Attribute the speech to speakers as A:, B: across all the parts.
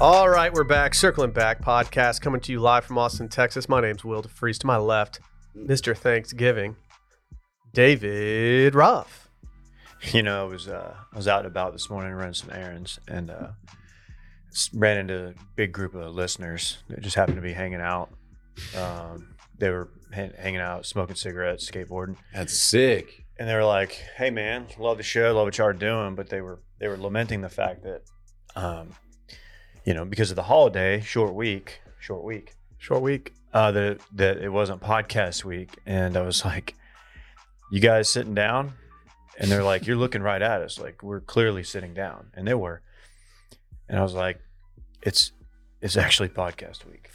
A: All right, we're back. Circling Back podcast coming to you live from Austin, Texas. My name's Will DeFreeze. To my left, Mr. Thanksgiving, David Ruff.
B: You know, I was uh, I was out and about this morning running some errands and uh, s- ran into a big group of listeners that just happened to be hanging out. Um, they were ha- hanging out, smoking cigarettes, skateboarding,
C: That's sick.
B: and they were like, "Hey, man, love the show, love what y'all are doing," but they were they were lamenting the fact that, um, you know, because of the holiday, short week, short week,
A: Short week.
B: uh, that that it wasn't podcast week, and I was like, "You guys sitting down?" And they're like, "You're looking right at us. Like we're clearly sitting down," and they were. And I was like, "It's it's actually podcast week."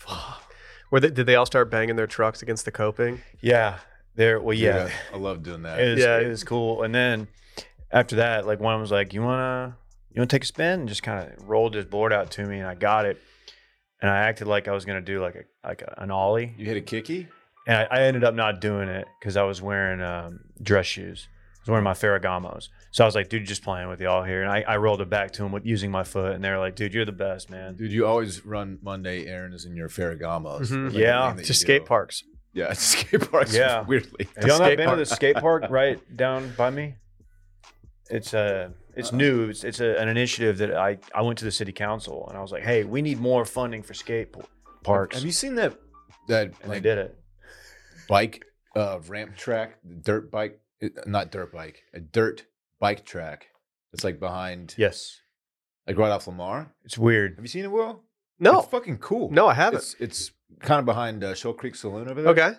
A: Were they, did they all start banging their trucks against the coping?
B: Yeah, there. Well, yeah,
C: Dude, I, I love doing that.
B: it was,
A: Yeah.
B: yeah, it was cool. And then after that, like one was like, "You wanna you wanna take a spin?" And just kind of rolled his board out to me, and I got it. And I acted like I was gonna do like a like a, an ollie.
C: you hit a kicky?
B: and I, I ended up not doing it because I was wearing um, dress shoes. I was wearing my Ferragamos, so I was like, "Dude, just playing with y'all here." And I, I rolled it back to them with using my foot, and they were like, "Dude, you're the best, man."
C: Dude, you always run Monday errands in your Ferragamos.
A: Mhm.
C: That's
B: Yeah,
C: a thing that
A: To
C: you
A: skate
C: do.
A: parks.
C: Yeah, it's skate parks.
B: Yeah.
C: weirdly.
B: Have y'all not
A: skate
B: been
A: park.
B: to the skate park right down by me? It's uh, it's new. It's, it's a, an initiative that I I went to the city council and I was like, "Hey, we need more funding for skate po- parks."
C: Have you seen that that
B: and
C: like
B: they did it.
C: bike uh, ramp track, dirt bike, uh, not dirt bike, a dirt bike track? It's like behind,
B: Yes,
C: like right off Lamar.
B: it's weird.
C: Have you seen it, Will? it's
A: No,
C: fucking cool.
A: no, I haven't.
C: it's it's kind of behind uh, Shoal Creek Saloon over there.
A: Okay.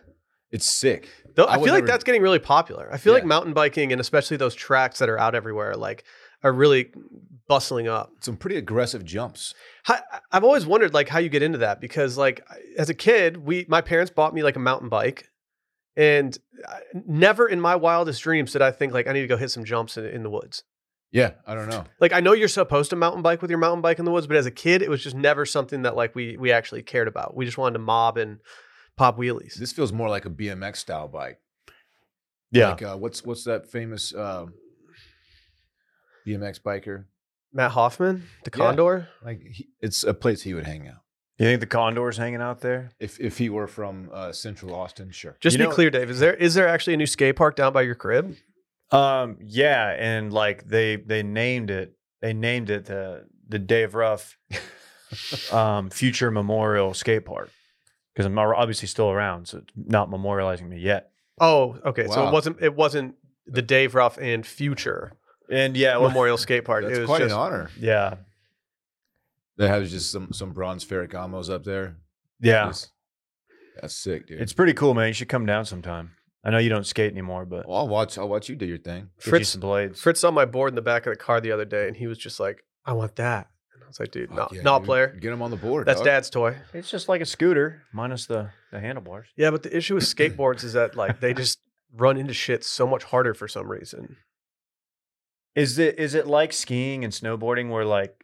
C: it's sick.
A: Though,
C: I
A: I,
C: would
A: feel like
C: never-
A: that's getting really popular. I feel like
C: Yeah.
A: mountain biking and especially those tracks that are out everywhere, like, are really bustling up.
C: Some pretty aggressive jumps.
A: How, I've always wondered like how you get into that because like as a kid, we my parents bought me like a mountain bike, and I, never in my wildest dreams did I think like I need to go hit some jumps in, in the woods.
C: Yeah, I don't know.
A: Like I know you're supposed to mountain bike with your mountain bike in the woods, but as a kid, it was just never something that like we we actually cared about. We just wanted to mob and pop wheelies.
C: This feels more like a BMX style bike.
B: Yeah,
C: Like, uh, what's what's that famous um, BMX biker?
A: Matt Hoffman, the
C: Yeah.
A: Condor.
C: Like he, it's a place he would hang out
B: you think the condors hanging out there?
C: if if he were from uh, Central Austin. Sure.
A: Just
B: You
A: be
B: know-
A: clear, Dave. Is there is there actually a new skate park down by your crib?
B: Um, yeah, and like they they named it they named it the the Dave Ruff um Future Memorial Skate Park because I'm al- obviously still around, so it's not memorializing me yet.
A: Oh, okay. So it
C: Wow.
A: wasn't it wasn't the Dave Ruff and Future
B: And yeah, well,
A: Memorial Skate Park.
C: That's
A: it was
C: quite
A: just,
C: an honor.
B: yeah,
C: They have just some some bronze Ferragamos up there.
B: yeah,
C: Just- that's sick, dude.
B: it's pretty cool, man. You should come down sometime. I know you don't skate anymore, but
C: Well, I'll watch. I'll watch you do your thing.
B: get you
A: Fritz-
B: some blades.
A: Fritz saw my board in the back of the car the other day, and he was just like, "I want that." And I was like, "Dude, no,
C: Fuck yeah,
A: no
C: dude.
A: player.
C: Get him on the board.
A: That's
C: dog.
A: dad's toy."
B: It's just like a scooter minus the the handlebars.
A: Yeah, but the issue with skateboards is that like they just run into shit so much harder for some reason.
B: Is it is it like skiing and snowboarding where like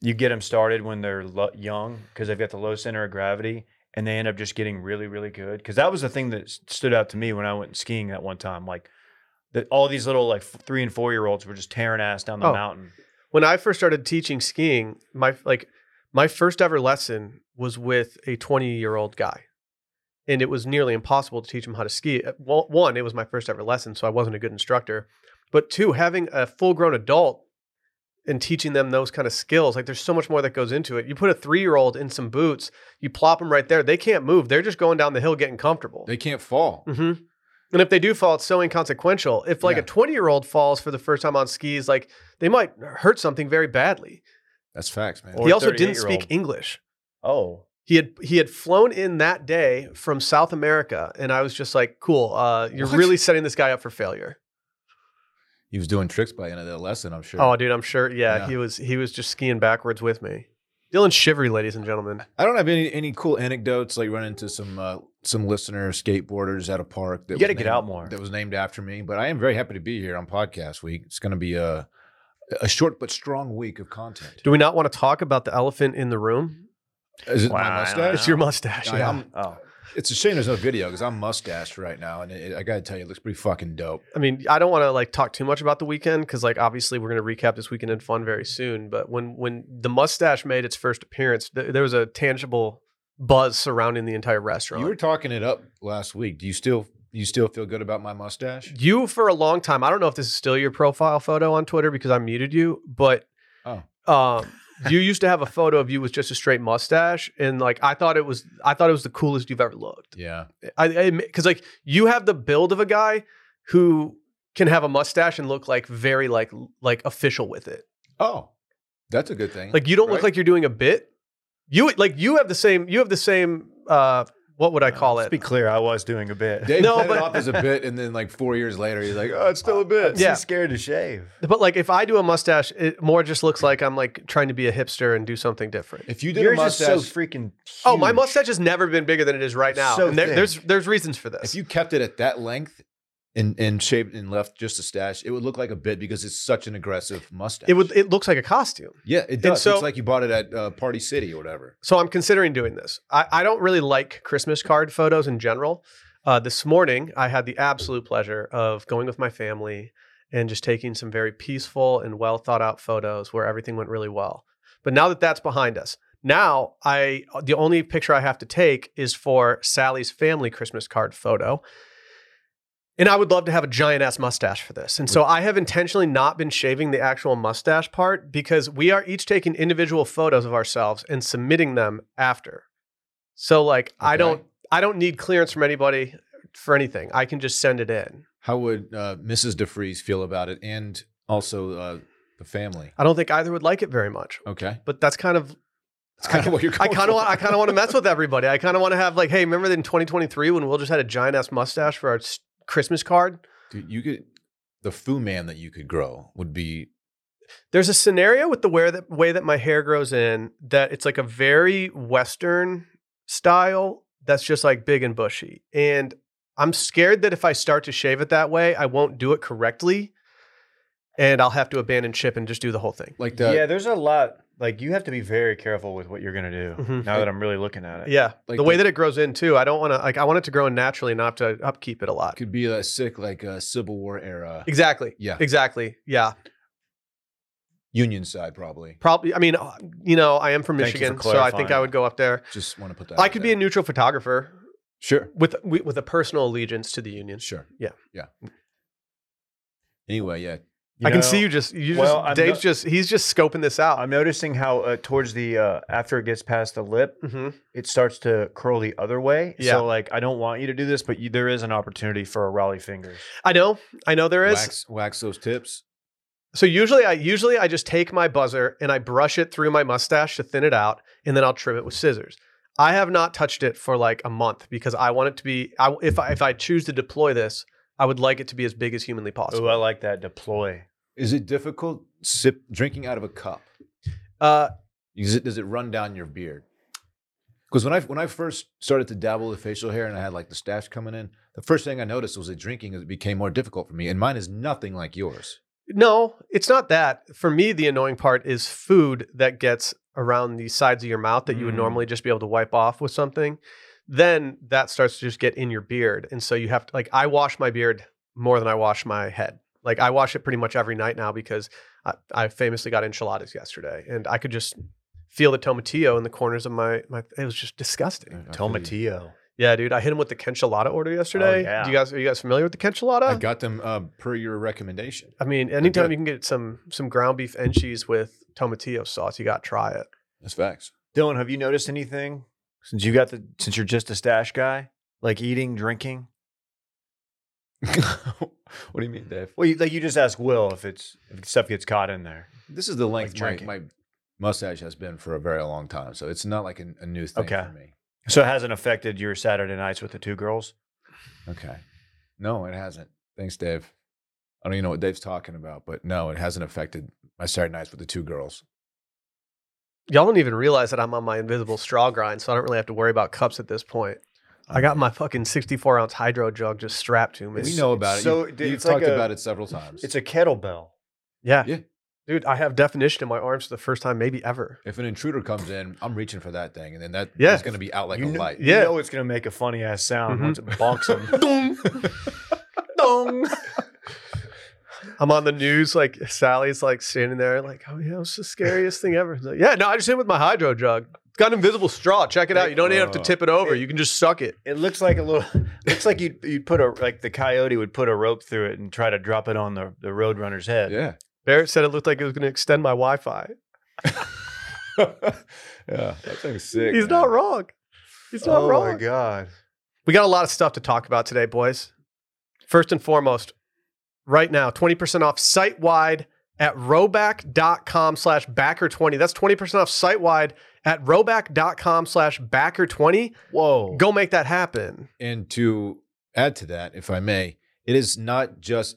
B: you get them started when they're lo- young because they've got the low center of gravity and they end up just getting really really good? Because that was the thing that s- stood out to me when I went skiing that one time. Like that all these little like f- three and four year olds were just tearing ass down the
A: Oh.
B: mountain.
A: When I first started teaching skiing, my like my first ever lesson was with a 20 year old guy, and it was nearly impossible to teach him how to ski. Uh, well, One, it was my first ever lesson, so I wasn't a good instructor. But two, having a full grown adult and teaching them those kind of skills, like there's so much more that goes into it. You put a three year old in some boots, you plop them right there, they can't move. They're just going down the hill getting comfortable.
C: They can't fall.
A: hmm And if they do fall, it's so inconsequential. If like a
C: Yeah.
A: 20 year old falls for the first time on skis, like they might hurt something very badly.
C: That's facts, man.
B: Or
A: he also didn't
B: 38-year-old.
A: speak English.
B: Oh,
A: He had he had flown in that day from South America, and I was just like, "Cool, uh, you're
C: What?
A: really setting this guy up for failure."
C: he was doing tricks by the end of that lesson. I'm sure.
A: Oh, dude, I'm sure. Yeah,
C: Yeah.
A: he was he was just skiing backwards with me. Dylan Shivery, ladies and gentlemen.
C: I don't have any any cool anecdotes like run into some uh, some listener skateboarders at a park that
B: You gotta
C: was
B: get
C: named-
B: out more.
C: that was named after me. But I am very happy to be here on podcast week. It's going to be a a short but strong week of content.
A: Do we not want to talk about the elephant in the room?
C: Is it
B: Wow, I
C: my
B: don't
C: mustache?
A: It's your mustache.
C: I-
A: yeah.
C: I'm-
B: oh,
C: It's a shame there's no video because I'm mustached right now, and it, I gotta tell you, it looks pretty fucking dope.
A: I mean, I don't want to like talk too much about the weekend because like obviously we're gonna recap this weekend in fun very soon. But when when the mustache made its first appearance, th- there was a tangible buzz surrounding the entire restaurant.
C: You were talking it up last week. Do you still you still feel good about my mustache?
A: you for a long time. I don't know if this is still your profile photo on Twitter because I muted you, but
C: Oh.
A: um, you used to have a photo of you with just a straight mustache, and like I thought it was, I thought it was the coolest you've ever looked.
C: Yeah.
A: I because like you have the build of a guy who can have a mustache and look like very like like official with it.
C: Oh, that's a good thing.
A: Like you don't look
C: Right.
A: like you're doing a bit. You like you have the same you have the same uh what would I call
B: Let's
A: it?
B: be clear, I was doing a bit.
C: Dave
A: No,
C: played
A: but-
C: it off as a bit, and then like four years later, he's like, "Oh, it's still a bit."
A: Yeah.
B: yeah. scared to shave.
A: But like if I do a mustache, it more just looks like I'm like trying to be a hipster and do something different.
C: If you did
B: You're
C: a
B: just
C: mustache,
B: so freaking.
A: Oh, my
B: huge.
A: mustache has never been bigger than it is right now.
B: So
A: and there,
B: thick.
A: there's there's reasons for
C: if
A: this.
C: you kept it at that length and and shaved and left just a stash, it would look like a bit because it's such an aggressive mustache.
A: it would it looks like a costume.
C: Yeah, it does.
A: so-
C: it's like you bought it at uh, Party City or whatever.
A: So I'm considering doing this. I, I don't really like Christmas card photos in general. Uh, this morning, I had the absolute pleasure of going with my family and just taking some very peaceful and well thought out photos where everything went really well. But now that that's behind us, now I the only picture I have to take is for Sally's family Christmas card photo. And I would love to have a giant ass mustache for this. And so I have intentionally not been shaving the actual mustache part because we are each taking individual photos of ourselves and submitting them after. So like I
C: Okay.
A: don't I don't need clearance from anybody for anything. I can just send it in.
C: How would uh, Mrs. DeFries feel about it, and also uh, the family?
A: I don't think either would like it very much.
C: Okay,
A: But that's kind of
C: that's kind of what you're.
A: I
C: Going
A: kind of
C: for.
A: want I kind of want to mess with everybody. I kind of want to have like, hey, remember in 2023 when Will just had a giant ass mustache for our s- Christmas card?
C: Dude, you could the Fu Man that you could grow would be
A: There's a scenario with the where that way that my hair grows in that it's like a very Western style that's just like big and bushy. And I'm scared that if I start to shave it that way, I won't do it correctly, and I'll have to abandon ship and just do the whole thing.
C: like the
B: yeah, there's a lot. Like you have to be very careful with what you're gonna do.
A: Mhm.
B: Now that I'm really looking at it.
A: Yeah,
C: Like
A: the way
C: the-
A: that it grows in too. I don't want to like I want it to grow in naturally, and not have to upkeep it a lot.
C: could be a sick like a Civil War era
A: Exactly.
C: Yeah.
A: Exactly. Yeah.
C: Union side probably.
A: Probably. I mean, uh, you know, I am from
B: Thank you for
A: Michigan, so I think
B: clarifying
A: I would go up there.
C: Just want to put that.
A: I
C: out
A: could be
C: there.
A: a neutral photographer
C: sure,
A: with wi- with a personal allegiance to the union.
C: sure,
A: Yeah.
C: yeah.
B: Mm.
C: Anyway, yeah,
A: I can
B: know,
A: see you just you
B: well, I'm
A: just Dave's
B: not-
A: just he's just scoping this out.
B: I'm noticing how uh, towards the uh, after it gets past the lip,
A: hmm
B: it starts to curl the other way.
A: Yeah.
B: So like I don't want you to do this, but you, there is an opportunity for a Raleigh fingers.
A: I know. I know there is.
C: wax wax those tips.
A: So usually I usually I just take my buzzer and I brush it through my mustache to thin it out and then I'll trim it with scissors. I have not touched it for like a month because I want it to be I, if I if I choose to deploy this, I would like it to be as big as humanly
B: Oh,
A: possible.
B: I like that deploy.
C: Is it difficult sip drinking out of a cup?
A: uh
C: Is it, does it run down your beard? Because when I when I first started to dabble with facial hair and I had like the stash coming in, the first thing I noticed was that drinking it became more difficult for me, and mine is nothing like yours.
A: No, it's not that. For me, the annoying part is food that gets around the sides of your mouth that you would
B: Mm.
A: normally just be able to wipe off with something. Then that starts to just get in your beard. And so you have to, like, I wash my beard more than I wash my head. Like, I wash it pretty much every night now because I, I famously got enchiladas yesterday and I could just feel the tomatillo in the corners of my, my it was just disgusting.
C: I- I feel you.
B: Tomatillo.
A: Yeah, dude. I hit him with the quenchilada order yesterday.
B: yeah.
A: Do you guys, are you guys familiar with the quenchilada?
C: I got them uh, per your recommendation.
A: I mean, anytime
C: good.
A: you can get some some ground beef and cheese with tomatillo sauce, you got to try it.
C: That's facts.
B: Dylan, have you noticed anything since you got the since you're just a stash guy? Like eating, drinking?
C: what do you mean, Dave?
B: Well, you, like you just ask Will if it's if stuff gets caught in there.
C: This is the length
B: drinking.
C: my, my mustache has been for a very long time, so it's not like an, a new thing
B: Okay.
C: for me.
B: So it hasn't affected your Saturday nights with the two girls.
C: Okay. No, it hasn't. Thanks, Dave. I don't even know what Dave's talking about, but no, it hasn't affected my Saturday nights with the two girls.
A: Y'all don't even realize that I'm on my invisible straw grind, so I don't really have to worry about cups at this point. I got my fucking 64 ounce hydro jug just strapped to me.
C: We know about it.
B: so
C: you,
B: it's
C: have
B: like
C: talked
B: a-
C: about it several times.
B: It's a kettlebell.
A: Yeah.
C: Yeah.
A: Dude, I have definition in my arms for the first time, maybe ever.
C: If an intruder comes in, I'm reaching for that thing, and then that
A: Yeah.
C: is going to be out like
B: you
C: a
B: kn-
C: light.
B: you
A: Yeah.
B: know it's gonna make a funny ass sound
A: Mhm.
B: once it bonks them.
A: Dong.
B: Dong.
A: I'm on the news, like Sally's like standing there, like, oh yeah, it was the scariest thing ever. It's like, yeah, no, I just hit it with my hydro jug. It's got an invisible straw. Check it out. You don't even have to tip it over. You can just suck it.
B: It looks like a little. Looks like you'd you'd put a like the coyote would put a rope through it and try to drop it on the the roadrunner's head.
C: Yeah.
A: Barrett said it looked like it was going to extend my Wi-Fi.
C: yeah. That thing's sick.
A: He's
C: man.
A: not wrong. He's not
B: oh my
A: wrong.
B: god.
A: We got a lot of stuff to talk about today, boys. First and foremost, right now, 20% off site-wide at roback.com slash backer20. That's 20% off site-wide at roback.com slash backer20.
B: Whoa.
A: Go make that happen.
C: And to add to that, if I may, it is not just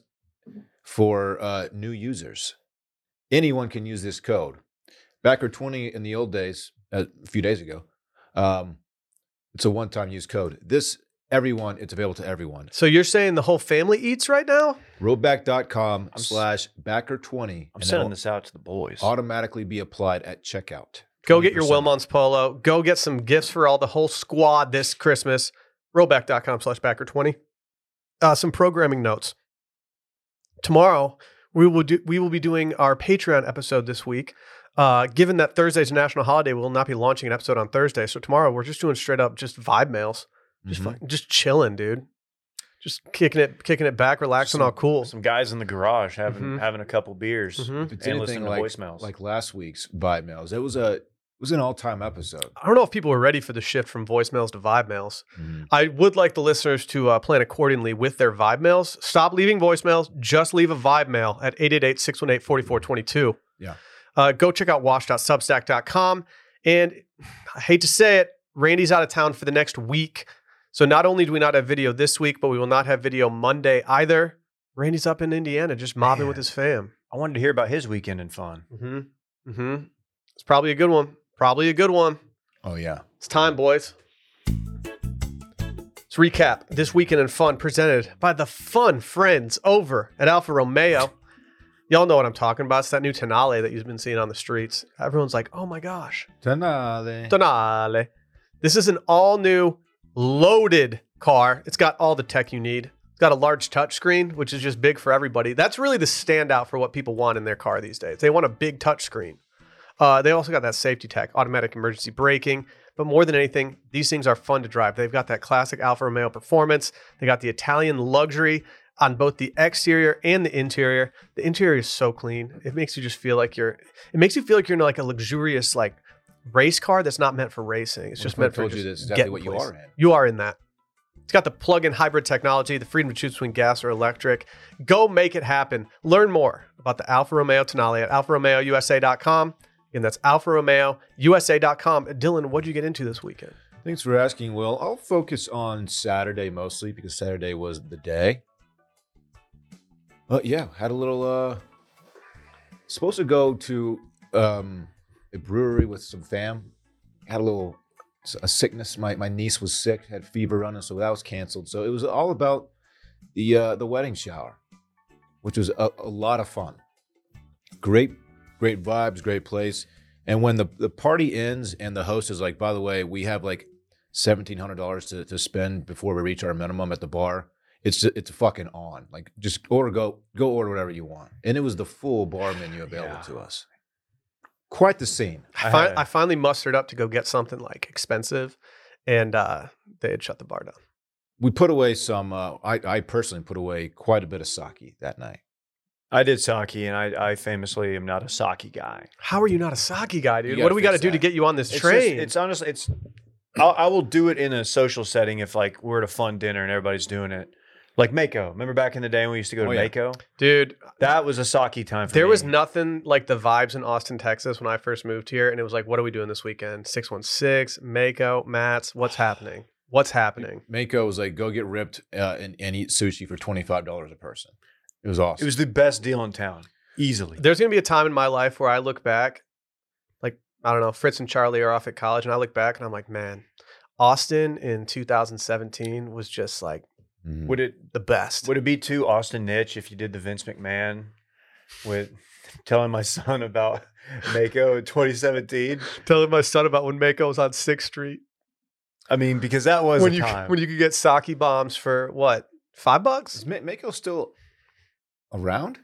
C: for uh, new users. Anyone can use this code. Backer 20 in the old days, uh, a few days ago, um, it's a one time use code. This, everyone, it's available to everyone.
A: So you're saying the whole family eats right now?
C: Rollback.com
B: s-
C: slash backer 20.
B: I'm sending this out to the boys.
C: Automatically be applied at checkout.
A: Go get your
C: 20%.
A: Wilmont's polo. Go get some gifts for all the whole squad this Christmas. Rollback.com slash backer 20. Uh, some programming notes. Tomorrow, we will, do, we will be doing our Patreon episode this week. Uh, given that Thursday's a national holiday, we will not be launching an episode on Thursday. So tomorrow, we're just doing straight up just vibe mails. Just
B: Mm-hmm.
C: Mhm.
A: fucking, just chilling, dude. Just kicking it, kicking it back, relaxing, all cool.
B: Some guys in the garage having
A: Mhm.
B: having a couple beers.
A: Mhm.
C: If it's
B: And
C: anything
B: listen to
C: like,
B: voicemails.
C: like last week's vibe mails, it was a it was an all time episode.
A: I don't know if people were ready for the shift from voicemails to vibe mails.
B: Uh, mm.
A: I would like the listeners to uh, plan accordingly with their vibe mails. Stop leaving voicemails. Just leave a vibe mail at 888 618 4422.
C: Yeah.
A: Uh, go check out wash.substack.com. And I hate to say it, Randy's out of town for the next week. So not only do we not have video this week, but we will not have video Monday either. Randy's up in Indiana just mobbing with
B: Man.
A: his fam.
B: I wanted to hear about his weekend and fun.
A: Mm hmm. Mm hmm. It's probably a good one. Probably a good one.
C: Oh yeah.
A: It's time, boys. Let's recap this weekend in fun presented by the fun friends over at Alfa Romeo. Y'all know what I'm talking about. It's that new Tonale that you've been seeing on the streets. Everyone's like, oh my gosh,
C: Tenale.
A: Tonale. This is an all new loaded car. It's got all the tech you need. It's got a large touchscreen, which is just big for everybody. That's really the standout for what people want in their car these days. They want a big touchscreen. Uh, they also got that safety tech, automatic emergency braking. But more than anything, these things are fun to drive. They've got that classic Alfa Romeo performance. They got the Italian luxury on both the exterior and the interior. The interior is so clean. It makes you just feel like you're. It makes you feel like you're in like a luxurious like race car that's not meant for racing. It's
C: What
A: just
C: if I
A: meant for
C: told you
A: just
C: that's exactly
A: getting
C: what you
A: places.
C: are in?
A: You are in that. It's got the plug-in hybrid technology, the freedom to choose between gas or electric. Go make it happen. Learn more about the Alfa Romeo Tonale at alfaromeousa.com. Again, that's alfaromeousa.com. Dylan, what'd you get into this weekend?
C: Thanks for asking, Will. I'll focus on Saturday mostly because Saturday was the day. But yeah, had a little uh supposed to go to um a brewery with some fam. Had a little a sickness. My my niece was sick, had fever running, so that was canceled. So it was all about the uh the wedding shower, which was a, a lot of fun. Great, great vibes, great place. And when the, the party ends and the host is like, by the way, we have like seventeen hundred dollars to, to spend before we reach our minimum at the bar. It's ju- it's fucking on. Like just order go go order whatever you want. And it was the full bar menu available
B: Yeah.
C: to us. Quite the scene.
A: I,
B: I
A: fin-
B: had a-
A: I finally mustered up to go get something like expensive, and uh, they had shut the bar down.
C: We put away some. Uh, I I personally put away quite a bit of sake that night.
B: I did sake, and I, I famously am not a sake guy.
A: How are you not a sake guy, dude?
C: You
A: What
C: gotta
A: do we got to
C: fix
A: do to
C: that.
A: get you on this
B: It's just-
A: train?
B: it's honestly, it's. I'll, I will do it in a social setting if like we're at a fun dinner and everybody's doing it. Like Mako, remember back in the day when we used to go to
C: Oh, yeah.
B: Mako?
A: dude,
B: That was a sake time. For
A: there
B: me.
A: was nothing like the vibes in Austin, Texas when I first moved here, and it was like, what are we doing this weekend? 616, Mako, Mats, what's happening? What's happening?
C: Mako was like, go get ripped uh, and, and eat sushi for twenty five dollars a person. It was awesome.
B: It was the best deal in town, easily.
A: There's gonna be a time in my life where I look back, like I don't know, Fritz and Charlie are off at college, and I look back and I'm like, man, Austin in 2017 was just like
C: Mhm.
B: Would it
A: the best.
B: would it be too Austin niche if you did the Vince McMahon with telling my son about Mako in 2017.
A: Telling my son about when Mako was on Sixth Street
B: I mean, because that was
A: when
B: a
A: you
B: time.
A: when you could get sake bombs for what five bucks?
C: Is Ma- Mako still around?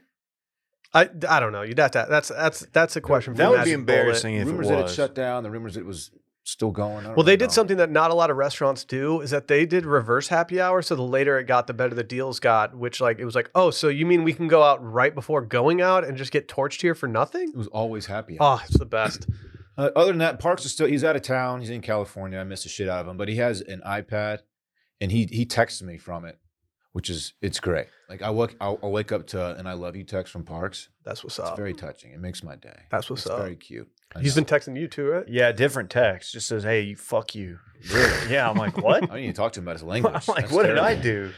A: I, I don't know. You'd have to. That's that's that's a question. For
B: that would be
A: Magic Bullet.
B: embarrassing if
C: rumors
B: it
C: that
B: was.
C: it shut down. The rumors it was still going. I don't
A: Well, they
C: really
A: did
C: know.
A: something that not a lot of restaurants do is that they did reverse happy hour. So the later it got, the better the deals got. Which like it was like, oh, so you mean we can go out right before going out and just get torched here for nothing?
C: It was always happy.
A: Oh, it's the best.
C: Uh, other than that, Parks is still he's out of town. He's in California. I miss the shit out of him, but he has an iPad, and he he texts me from it, which is it's great. Like I wake I'll, I'll wake up to an "I love you" text from Parks.
A: That's what's
C: It's
A: up.
C: very touching. It makes my day.
A: That's what's
C: it's
A: up.
C: very cute. I
A: He's
C: know.
A: been texting you too, right?
B: yeah, different text. Just says, "Hey, you- fuck you." Really? Yeah, I'm like, what?
C: I need to talk to him about his
B: I'm
C: language.
B: like,
C: That's
B: what did I
C: terrible.
B: do?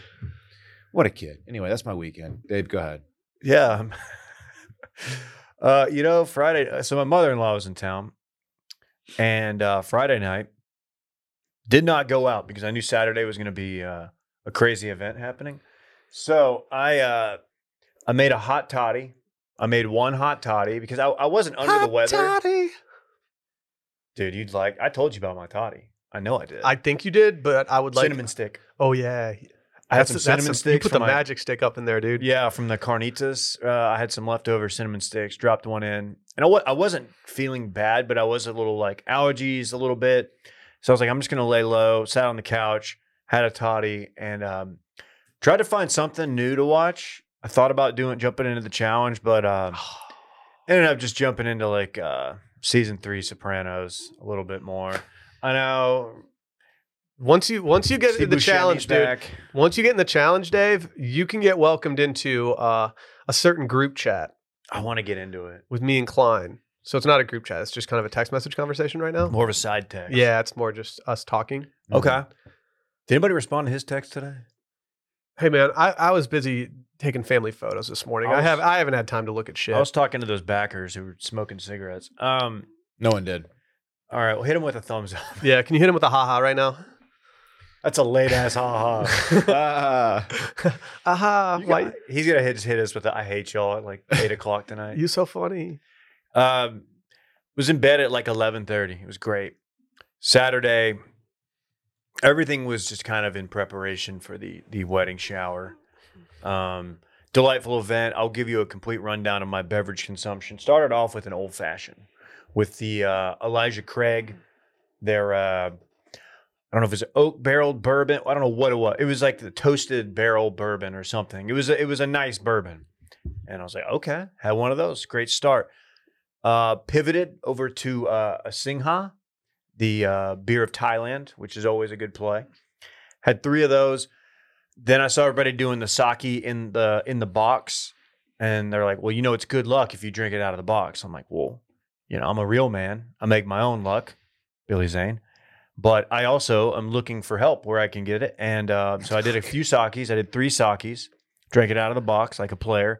C: What a kid. Anyway, that's my weekend. Dave, go ahead.
B: Yeah. I'm- uh, you know, Friday. So my mother in law was in town, and uh, Friday night did not go out because I knew Saturday was going to be uh, a crazy event happening. So I uh, I made a hot toddy. I made one hot toddy because I, I wasn't under the weather, dude. You'd like. I told you about my toddy. I know I did.
A: I think you did, but I would like.
B: cinnamon stick.
A: Oh yeah,
B: I
A: That's
B: had
A: a-
B: some
A: that's
B: cinnamon
A: a-
B: sticks.
A: You put
B: for
A: the
B: my-
A: magic stick up in there, dude.
B: Yeah, from the carnitas. Uh, I had some leftover cinnamon sticks, dropped one in. And I w- I wasn't feeling bad, but I was a little like allergies a little bit. So I was like, I'm just going to lay low, sat on the couch, had a toddy, and um, tried to find something new to watch. I thought about doing jumping into the challenge, but um, ended up just jumping into like uh, season three Sopranos a little bit more. I know.
A: Once you once you get
B: Steve
A: into the
B: Buscemi's
A: challenge, dude.
B: back.
A: Once you get in the challenge, Dave, you can get welcomed into uh, a certain group chat
B: I want to get into it.
A: with me and Klein. So it's not a group chat; it's just kind of a text message conversation right now.
B: More of a side text.
A: Yeah, it's more just us talking.
B: Okay. Mm-hmm. Did anybody respond to his text today?
A: Hey, man, I, I was busy taking family photos this morning.
B: I
A: I,
B: was-
A: have I haven't had time to look at shit.
B: I was talking to those backers who were smoking cigarettes. Um,
C: No one did.
B: all right, well, hit him with a thumbs up.
A: yeah, can you hit him with a haha right now?
B: That's a late ass ha ha.
C: Ah.
A: Aha!
B: Oh. You
A: Why
B: got- he's gonna hit, hit us with the, "I hate y'all" at like eight o'clock tonight.
A: you so funny?
B: Um, was in bed at like eleven thirty. It was great. Saturday, everything was just kind of in preparation for the the wedding shower. Um, delightful event. I'll give you a complete rundown of my beverage consumption. Started off with an old fashioned, with the uh, Elijah Craig. Their uh, I don't know if it's oak barreled bourbon. I don't know what it was. It was like the toasted barrel bourbon or something. It was a, it was a nice bourbon, and I was like, okay, had one of those. Great start uh, pivoted over to uh, a Singha, the uh, beer of Thailand, which is always a good play. Had three of those. Then I saw everybody doing the sake in the in the box, and they're like, "Well, you know, it's good luck if you drink it out of the box." I'm like, "Well, you know, I'm a real man. I make my own luck, Billy Zane." But I also am looking for help where I can get it, and uh, so I did a few sakis. I did three sakis, drank it out of the box like a player.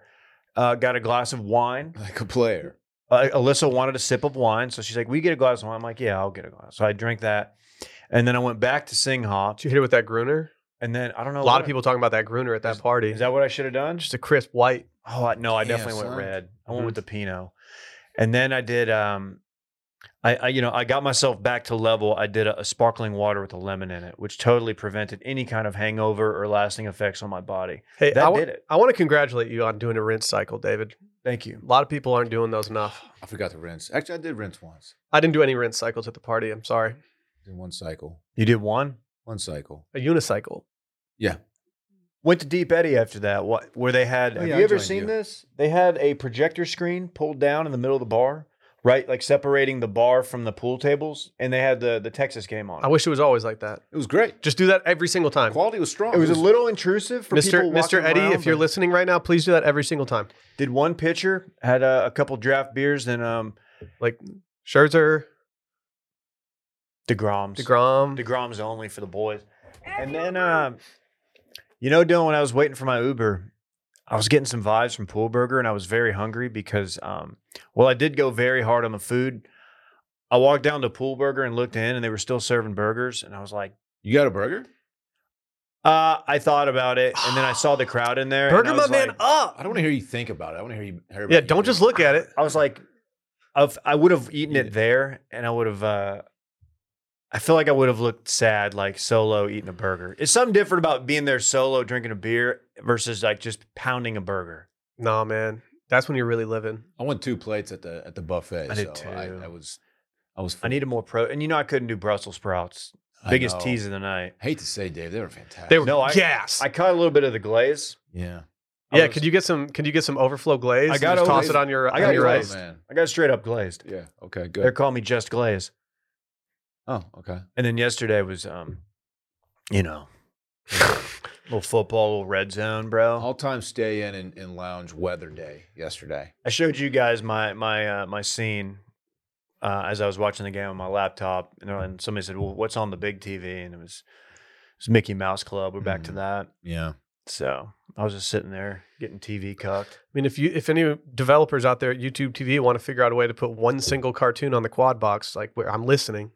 B: Uh, got a glass of wine
C: Like a player.
B: uh, Alyssa wanted a sip of wine, so she's like, "We get a glass of wine." I'm like, "Yeah, I'll get a glass." So I drank that, and then I went back to Singha,
A: Did you hit it with that Gruner?
B: and then I don't know
A: A lot
B: Oh, what-
A: of people talking about that Gruner at that party.
B: Is that what I should have done?
A: just a crisp white?
B: Oh I, no, I
C: Damn,
B: definitely went
C: son.
B: red. I went
A: Mhm.
B: with the Pinot, and then I did. um I, I you know I got myself back to level. I did a, a sparkling water with a lemon in it, which totally prevented any kind of hangover or lasting effects on my body.
A: Hey,
B: That
A: I wa-
B: did it.
A: I want to congratulate you on doing a rinse cycle, David.
B: Thank you.
A: A lot of people aren't doing those enough.
C: I forgot to rinse. Actually, I did rinse once.
A: I didn't do any rinse cycles at the party. I'm sorry.
C: Did one cycle.
B: You did one.
C: One cycle.
A: A unicycle.
B: Went to Deep Eddy after that, what, where they had.
C: Oh,
B: have
C: yeah,
B: you
C: I
B: ever
C: joined
B: seen
C: you.
B: this? They had a projector screen pulled down in the middle of the bar, right, like separating the bar from the pool tables, and they had the the Texas game on.
A: I wish it was always like that.
C: It was great.
A: Just do that every single time.
C: Quality was strong.
B: it was a little intrusive for
A: Mr.
B: people
A: Mr.
B: walking
A: Eddie,
B: around,
A: if you're
B: but-
A: listening right now, please do that every single time.
B: did one pitcher had a, a couple draft beers and um
A: Like Scherzer,
B: Degrom's
A: DeGrom.
B: Degrom's only for the boys, and then um, you know, Dylan, when I was waiting for my Uber, I was getting some vibes from Pool Burger, and I was very hungry because, um, well, I did go very hard on the food. I walked down to Pool Burger and looked in, and they were still serving burgers, and I was like,
C: You got a burger?
B: Uh, I thought about it, and then I saw the crowd in there. and
A: Burger
B: I
A: my
B: was
A: man
B: like-
A: up.
C: I don't want to hear you think about it. I want to hear you. Hear about
A: Yeah,
C: you
A: don't
C: doing
A: just look at it.
B: I was like, I've, I would have eaten
C: Yeah.
B: it there, and I would have. Uh, I feel like I would have looked sad, like solo eating a burger. It's something different about being there solo drinking a beer versus like just pounding a burger.
A: Nah, man. That's when you're really living.
C: I won two plates at the at the buffet.
B: I did
C: so I,
B: too.
C: I was, I was.
B: I
C: full.
B: needed more pro, and you know I couldn't do Brussels sprouts.
C: I
B: Biggest
C: know.
B: tease of the night.
C: Hate to say, Dave, they were fantastic.
A: They were
B: No, I-
A: gas.
B: I caught a little bit of the glaze.
C: yeah.
B: I
A: yeah,
B: was-
A: could you get some? Could you get some overflow glaze?
B: I
A: and
B: got
A: just toss
C: overflow-
A: it on your.
B: I
A: on
B: got
A: your
B: overflow,
A: rice?
C: man.
B: I got straight up glazed.
C: Yeah. Okay.
B: They're
C: Good.
B: calling me just glaze.
C: Oh. Okay.
B: And then yesterday was, um, you know, little football, little red zone, bro.
C: All time stay in and, and lounge weather day yesterday.
B: I showed you guys my my uh, my scene uh, as I was watching the game on my laptop, and, and somebody said, "Well, what's on the big TV?" And it was it was Mickey Mouse Club. We're back to
A: Mm-hmm.
C: Mhm.
B: that.
C: Yeah.
B: So I was just sitting there getting TV cucked.
A: I mean, if you if any developers out there at YouTube TV want to figure out a way to put one single cartoon on the quad box, like where I'm listening,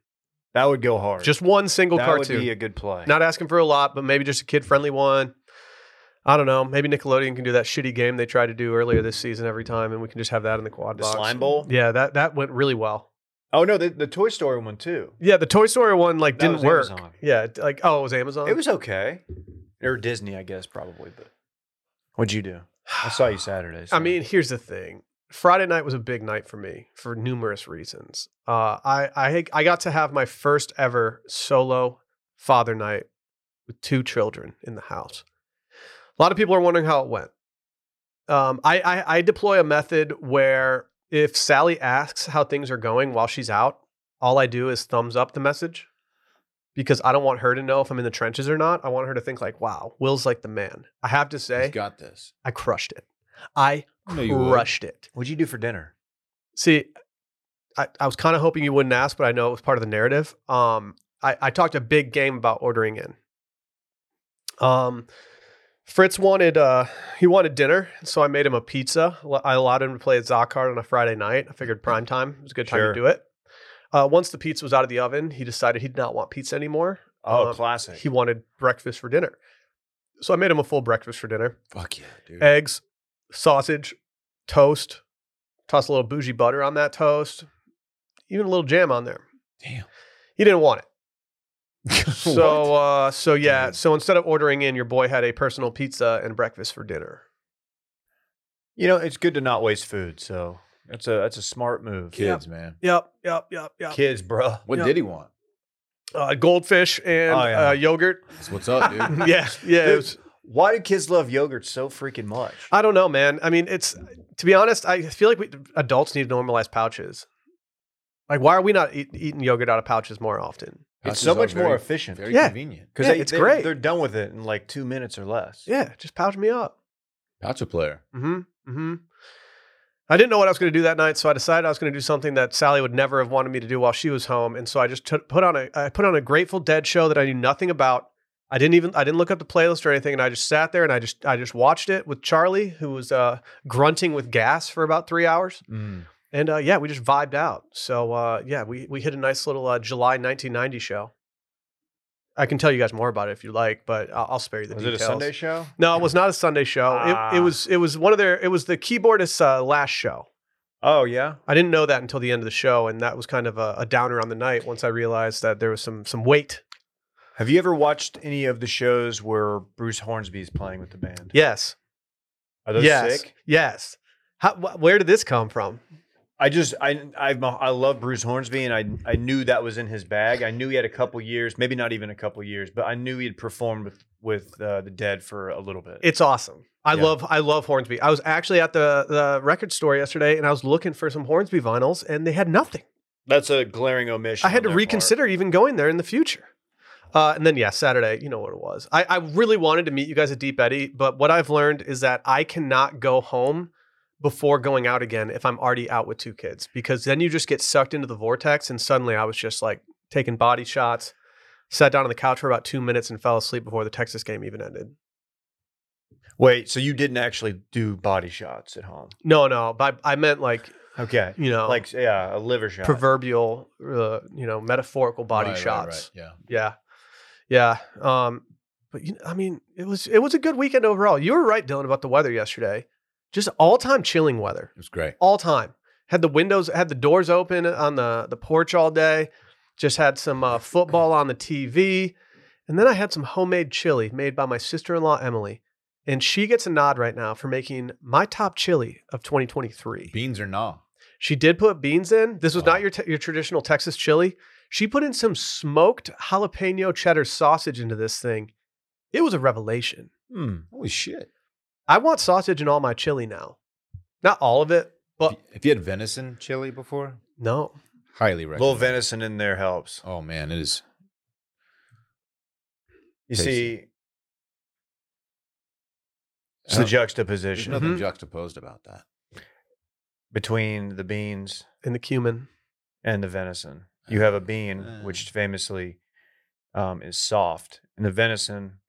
B: That would go hard.
A: just one single
B: that would be
A: cartoon.
B: a good play.
A: Not asking for a lot, but maybe just a kid friendly one. I don't know. Maybe Nickelodeon can do that shitty game they tried to do earlier this season every time, and we can just have that in the quad
B: the
A: box.
B: slime bowl.
A: Yeah, that that went really well.
B: Oh no, the, the Toy Story one too.
A: Yeah, the Toy Story one like
B: That
A: didn't
B: was
A: work.
B: Amazon.
A: Yeah, it- like oh, it was Amazon.
B: It was okay, or Disney, I guess probably. But what'd you do? I saw you Saturday.
A: I
B: so-
A: mean, here's the thing. Friday night was a big night for me for numerous reasons. Uh, I I I got to have my first ever solo father night with two children in the house. A lot of people are wondering how it went. Um, I, I I deploy a method where if Sally asks how things are going while she's out, all I do is thumbs up the message because I don't want her to know if I'm in the trenches or not. I want her to think like, "Wow, Will's like the man." I have to
C: He's
A: say,
C: got this.
A: I crushed it. I
C: I know you would.
A: crushed it.
B: what'd you do for dinner?
A: See, I, I was kind of hoping you wouldn't ask, but I know it was part of the narrative. Um, I, I talked a big game about ordering in. Um, Fritz wanted uh, he wanted dinner, so I made him a pizza. L- I allowed him to play at Zocard on a Friday night. I
C: Hmm.
A: figured prime time was a good time
B: Sure.
A: to do it. Uh, once the pizza was out of the oven, he decided he did not want pizza anymore.
B: Oh,
A: Um,
B: classic.
A: He wanted breakfast for dinner, so I made him a full breakfast for dinner
C: Fuck yeah, dude.
A: eggs, sausage, toast. Toss a little bougie butter on that toast, even a little jam on there.
C: Damn.
A: He didn't want it. so,
C: What?
A: uh, so yeah.
B: Dude.
A: So instead of ordering in, your boy had a personal pizza and breakfast for dinner.
B: You know, it's good to not waste food. So that's a that's a smart move.
C: kids, man.
A: Yep, yep, yep, yep.
B: Kids, bro.
C: What
A: Yeah.
C: did he want?
A: Uh, goldfish and
B: Oh, yeah.
A: uh, yogurt.
C: That's what's up, dude.
A: yeah, yeah. It
B: Dude,
A: was,
B: Why do kids love yogurt so freaking much?
A: I don't know, man. I mean, it's to be honest, I feel like we adults need to normalize pouches. Like, why are we not eat, eating yogurt out of pouches more often?
B: it's
C: Pouches
B: so
C: are
B: much more
C: very-
B: efficient
C: Very
A: Yeah.
C: convenient.
B: because
A: Yeah,
B: they,
A: it's
B: they,
A: great.
B: They're done with it in like two minutes or less.
A: Yeah, just pouch me up.
C: Pouch a player.
A: Mm-hmm. Mm-hmm. I didn't know what I was going to do that night, so I decided I was going to do something that Sally would never have wanted me to do while she was home, and so I just took, put on a I put on a Grateful Dead show that I knew nothing about. I didn't even I didn't look up the playlist or anything, and I just sat there and I just I just watched it with Charlie, who was uh, grunting with gas for about three hours,
B: Mm.
A: and uh, yeah, we just vibed out. So uh, yeah, we we hit a nice little uh, July 1990 show. I can tell you guys more about it if you like, but I'll, I'll spare you the
B: Was it a
A: details.
B: Sunday show?
A: No, it was not a Sunday show. It,
B: Ah.
A: it was it was one of their it was the keyboardist's uh, last show.
B: Oh yeah.
A: I didn't know that until the end of the show, and that was kind of a, a downer on the night. Once I realized that there was some some weight.
B: Have you ever watched any of the shows where Bruce Hornsby's playing with the band?
A: Yes,
B: Are those
A: yes,
B: sick?
A: yes. How, wh- where did this come from?
B: I just I I'm a, I love Bruce Hornsby and I I knew that was in his bag. I knew he had a couple years, maybe not even a couple years, but I knew he had performed with with uh, the Dead for a little bit.
A: It's awesome. I
B: Yeah.
A: love I love Hornsby. I was actually at the the record store yesterday, and I was looking for some Hornsby vinyls, and they had nothing.
B: That's a glaring omission.
A: I had
B: on
A: to
B: their part.
A: reconsider even going there in the future. Uh, and then, yeah, Saturday, you know what it was. I, I really wanted to meet you guys at Deep Eddy, but what I've learned is that I cannot go home before going out again if I'm already out with two kids, because then you just get sucked into the vortex. And suddenly I was just like taking body shots, sat down on the couch for about two minutes and fell asleep before the Texas game even ended.
B: Wait, so you didn't actually do body shots at home?
A: No, no, but I, I meant like,
B: Okay.
A: you know,
B: Like yeah, a liver shot.
A: proverbial, uh, you know, metaphorical body
C: Right, right,
A: shots.
C: right,
A: Yeah. Yeah. Um, But you know, I mean, it was it was a good weekend overall. You were right, Dylan, about the weather yesterday. Just all time chilling weather.
C: It was great.
A: All time. Had the windows, had the doors open on the the porch all day. Just had some uh, football on the TV, and then I had some homemade chili made by my sister in law Emily, and she gets a nod right now for making my top chili of 2023.
C: Beans or nah?
A: She did put beans in. This was
C: Wow.
A: not your te- your traditional Texas chili. She put in some smoked jalapeno cheddar sausage into this thing. It was a revelation.
B: Hmm.
C: Holy shit!
A: I want sausage in all my chili now. Not all of it,
C: If
A: but
C: you- if you had venison chili before,
A: no.
C: highly
B: A
C: recommend.
B: little venison in there helps.
C: Oh man, it is.
B: You
C: Tasty.
B: see, it's the
C: Uh, There's
B: juxtaposition
C: nothing
A: Mhm.
C: juxtaposed about that.
B: between the beans
A: And the cumin.
B: and the venison.
C: Ah,
B: You have a bean, which famously um, is soft, and the venison,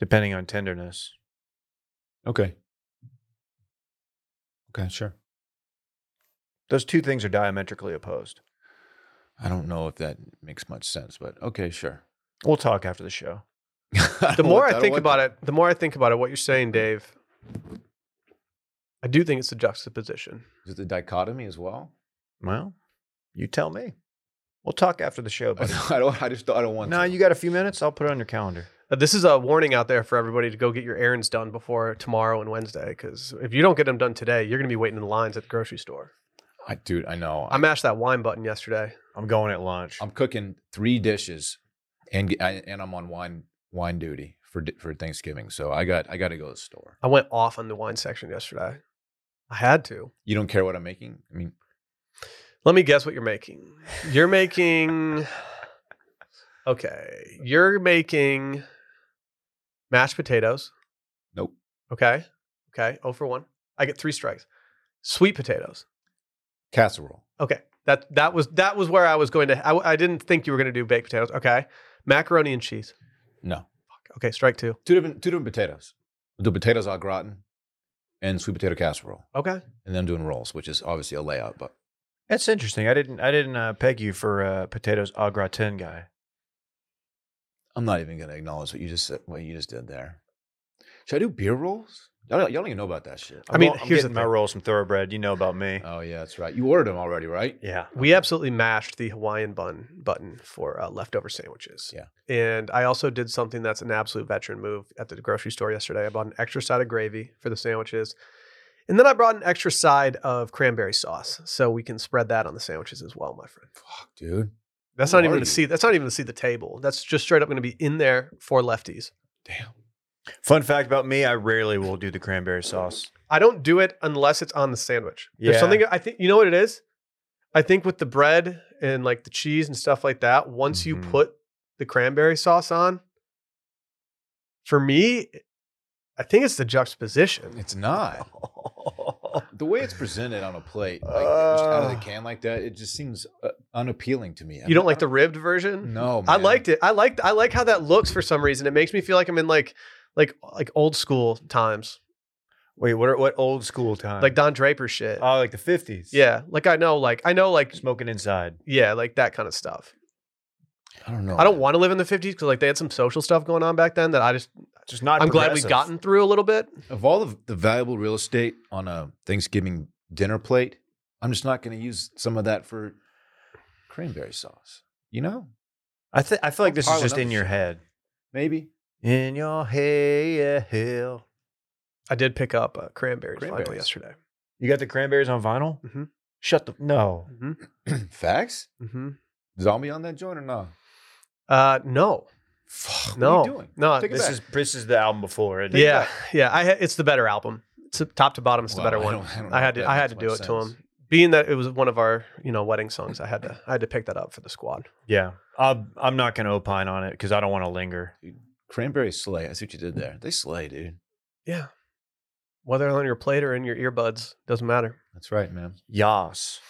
B: depending on tenderness,
C: Okay. Okay, sure.
B: those two things are diametrically opposed.
C: I don't know if that makes much sense, but okay, sure.
B: We'll talk after the show.
A: The more I think about it, the more I think about it, what you're saying, Dave. I do think it's a juxtaposition.
C: is it the dichotomy as well?
B: Well, you tell me. We'll talk after the show,
C: I
B: buddy.
C: don't. I, don't, I just. I don't want.
B: No,
C: to.
B: you got a few minutes. I'll put it on your calendar.
A: Uh, This is a warning out there for everybody to go get your errands done before tomorrow and Wednesday, because if you don't get them done today, you're going to be waiting in lines at the grocery store.
C: I, dude, I know.
A: I mashed that wine button yesterday.
B: I'm going at lunch.
C: I'm cooking three dishes, and ge- I, and I'm on wine wine duty for di- for Thanksgiving. So I got I got to go to the store.
A: I went off on the wine section yesterday. I had to.
C: You don't care what I'm making? I mean,
A: Let me guess what you're making. You're making. Okay. You're making mashed potatoes.
C: Nope.
A: Okay. Okay. Oh for 1. I get 3 strikes. Sweet potatoes.
C: casserole.
A: Okay. That that was that was where I was going to I, I didn't think you were going to do baked potatoes. Okay. Macaroni and cheese.
C: No,
A: Okay, strike 2.
C: two different two different potatoes. I'll do potatoes au gratin, and sweet potato casserole,
A: Okay.
C: and then I'm doing rolls, which is obviously a layout. But
B: That's interesting. I didn't. I didn't uh, peg you for uh, potatoes au gratin guy.
C: I'm not even gonna acknowledge what you just said, what you just did there. Should I do beer rolls? Y'all, don't- y'all don't even know about that shit.
A: I mean,
B: I'm
A: here's the
B: getting my
A: thing. Uh,
B: rolls from Thoroughbred. You know about me.
C: Oh yeah, that's right. You ordered them already, right?
B: yeah.
A: We absolutely mashed the Hawaiian bun button for uh, leftover sandwiches.
C: Yeah.
A: And I also did something that's an absolute veteran move at the grocery store yesterday. I bought an extra side of gravy for the sandwiches. And then I brought an extra side of cranberry sauce so we can spread that on the sandwiches as well, my friend.
C: Fuck, dude.
A: That's
C: Who
A: not even
C: are
A: going to
C: you?
A: see that's not even to see the table. That's just straight up going to be in there for lefties.
C: Damn.
B: Fun fact about me: I rarely will do the cranberry sauce.
A: I don't do it unless it's on the sandwich. There's
B: Yeah.
A: something I think you know what it is? I think with the bread and like the cheese and stuff like that, once you
B: Mhm.
A: put the cranberry sauce on, for me, I think it's the juxtaposition.
C: It's not. The way it's presented on a plate, like just out of the
B: Ugh.
C: can like that, it just seems uh, unappealing to me. I
A: Uh. You don't
C: mean,
A: like the ribbed
B: Mm,
A: version?
C: No,
A: I
C: man.
A: liked it. I liked I like how that looks for some reason. It makes me feel like I'm in like like like old school times.
B: Wait, what? Are, what old school time?
A: Like Don Draper shit.
B: oh, like the fifties.
A: yeah. Like I know like I know like
B: smoking inside.
A: yeah, like that kind of stuff.
C: I don't know.
A: I don't want to live in the 50s because like they had some social stuff going on back then that I just
B: Just not.
A: I'm glad we've
B: progressive.
A: gotten through a little bit.
C: Of all of the valuable real estate on a Thanksgiving dinner plate, I'm just not going to use some of that for cranberry sauce. You know,
B: I th- I feel
A: Oh,
B: like
C: I'm
B: this is
C: piling
B: just
C: up
B: in your
C: shit.
B: head.
C: maybe
B: In your head.
A: I did pick up uh, cranberries, finally
C: Cranberries.
A: yesterday.
B: You got the cranberries on vinyl?
A: Mhm.
B: Shut the no.
A: hmm
C: facts.
A: hmm
C: Zombie on that joint or not?
A: Uh, no,
C: Fuck,
A: no,
C: What are you doing?
A: no.
C: Take it
B: This
C: back.
B: is this is the album before it.
A: yeah, yeah. I ha- it's the better album. It's a, top to bottom. It's the
C: Well,
A: better
C: I
A: one.
C: don't- I don't know
A: I, had
C: if
A: to.
C: that
A: I had to
C: makes
A: do it
C: much
A: to
C: sense.
A: him. Being that it was one of our, you know, wedding songs, I had to. I had to pick that up for the squad.
B: Yeah. I'm I'm not gonna opine on it because I don't want to linger.
C: Cranberry slay. I see what you did there. They slay, dude.
A: Yeah. Whether on your plate or in your earbuds doesn't matter.
C: That's right, man.
B: Yas.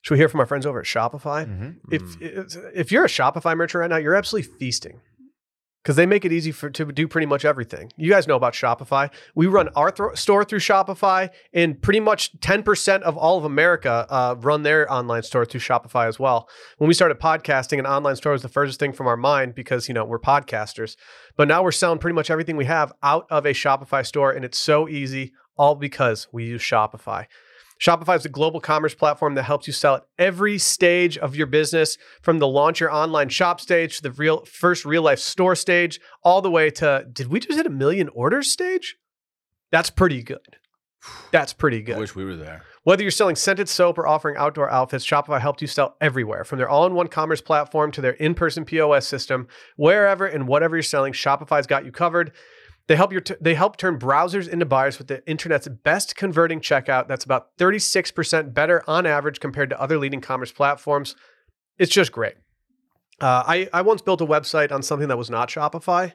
A: Should we hear from our friends over at Shopify?
C: Mm-hmm.
A: If if you're a Shopify merchant right now, you're absolutely feasting. because they make it easy for to do pretty much everything. You guys know about Shopify. We run our thro- store through Shopify, and pretty much ten percent of all of America uh, run their online store through Shopify as well. When we started podcasting, an online store was the furthest thing from our mind because you know we're podcasters. But now we're selling pretty much everything we have out of a Shopify store, and it's so easy, all because we use Shopify. Shopify is a global commerce platform that helps you sell at every stage of your business, from the launch your online shop stage to the real first real life store stage, all the way to did we just hit a million orders stage? That's pretty good. That's pretty
D: I
A: good.
D: wish we were there.
A: Whether you're selling scented soap or offering outdoor outfits, Shopify helped you sell everywhere, from their all-in-one commerce platform to their in-person POS system. Wherever and whatever you're selling, Shopify's got you covered. They help your t- they help turn browsers into buyers with the internet's best converting checkout. That's about 36% better on average compared to other leading commerce platforms. It's just great. Uh, I I once built a website on something that was not Shopify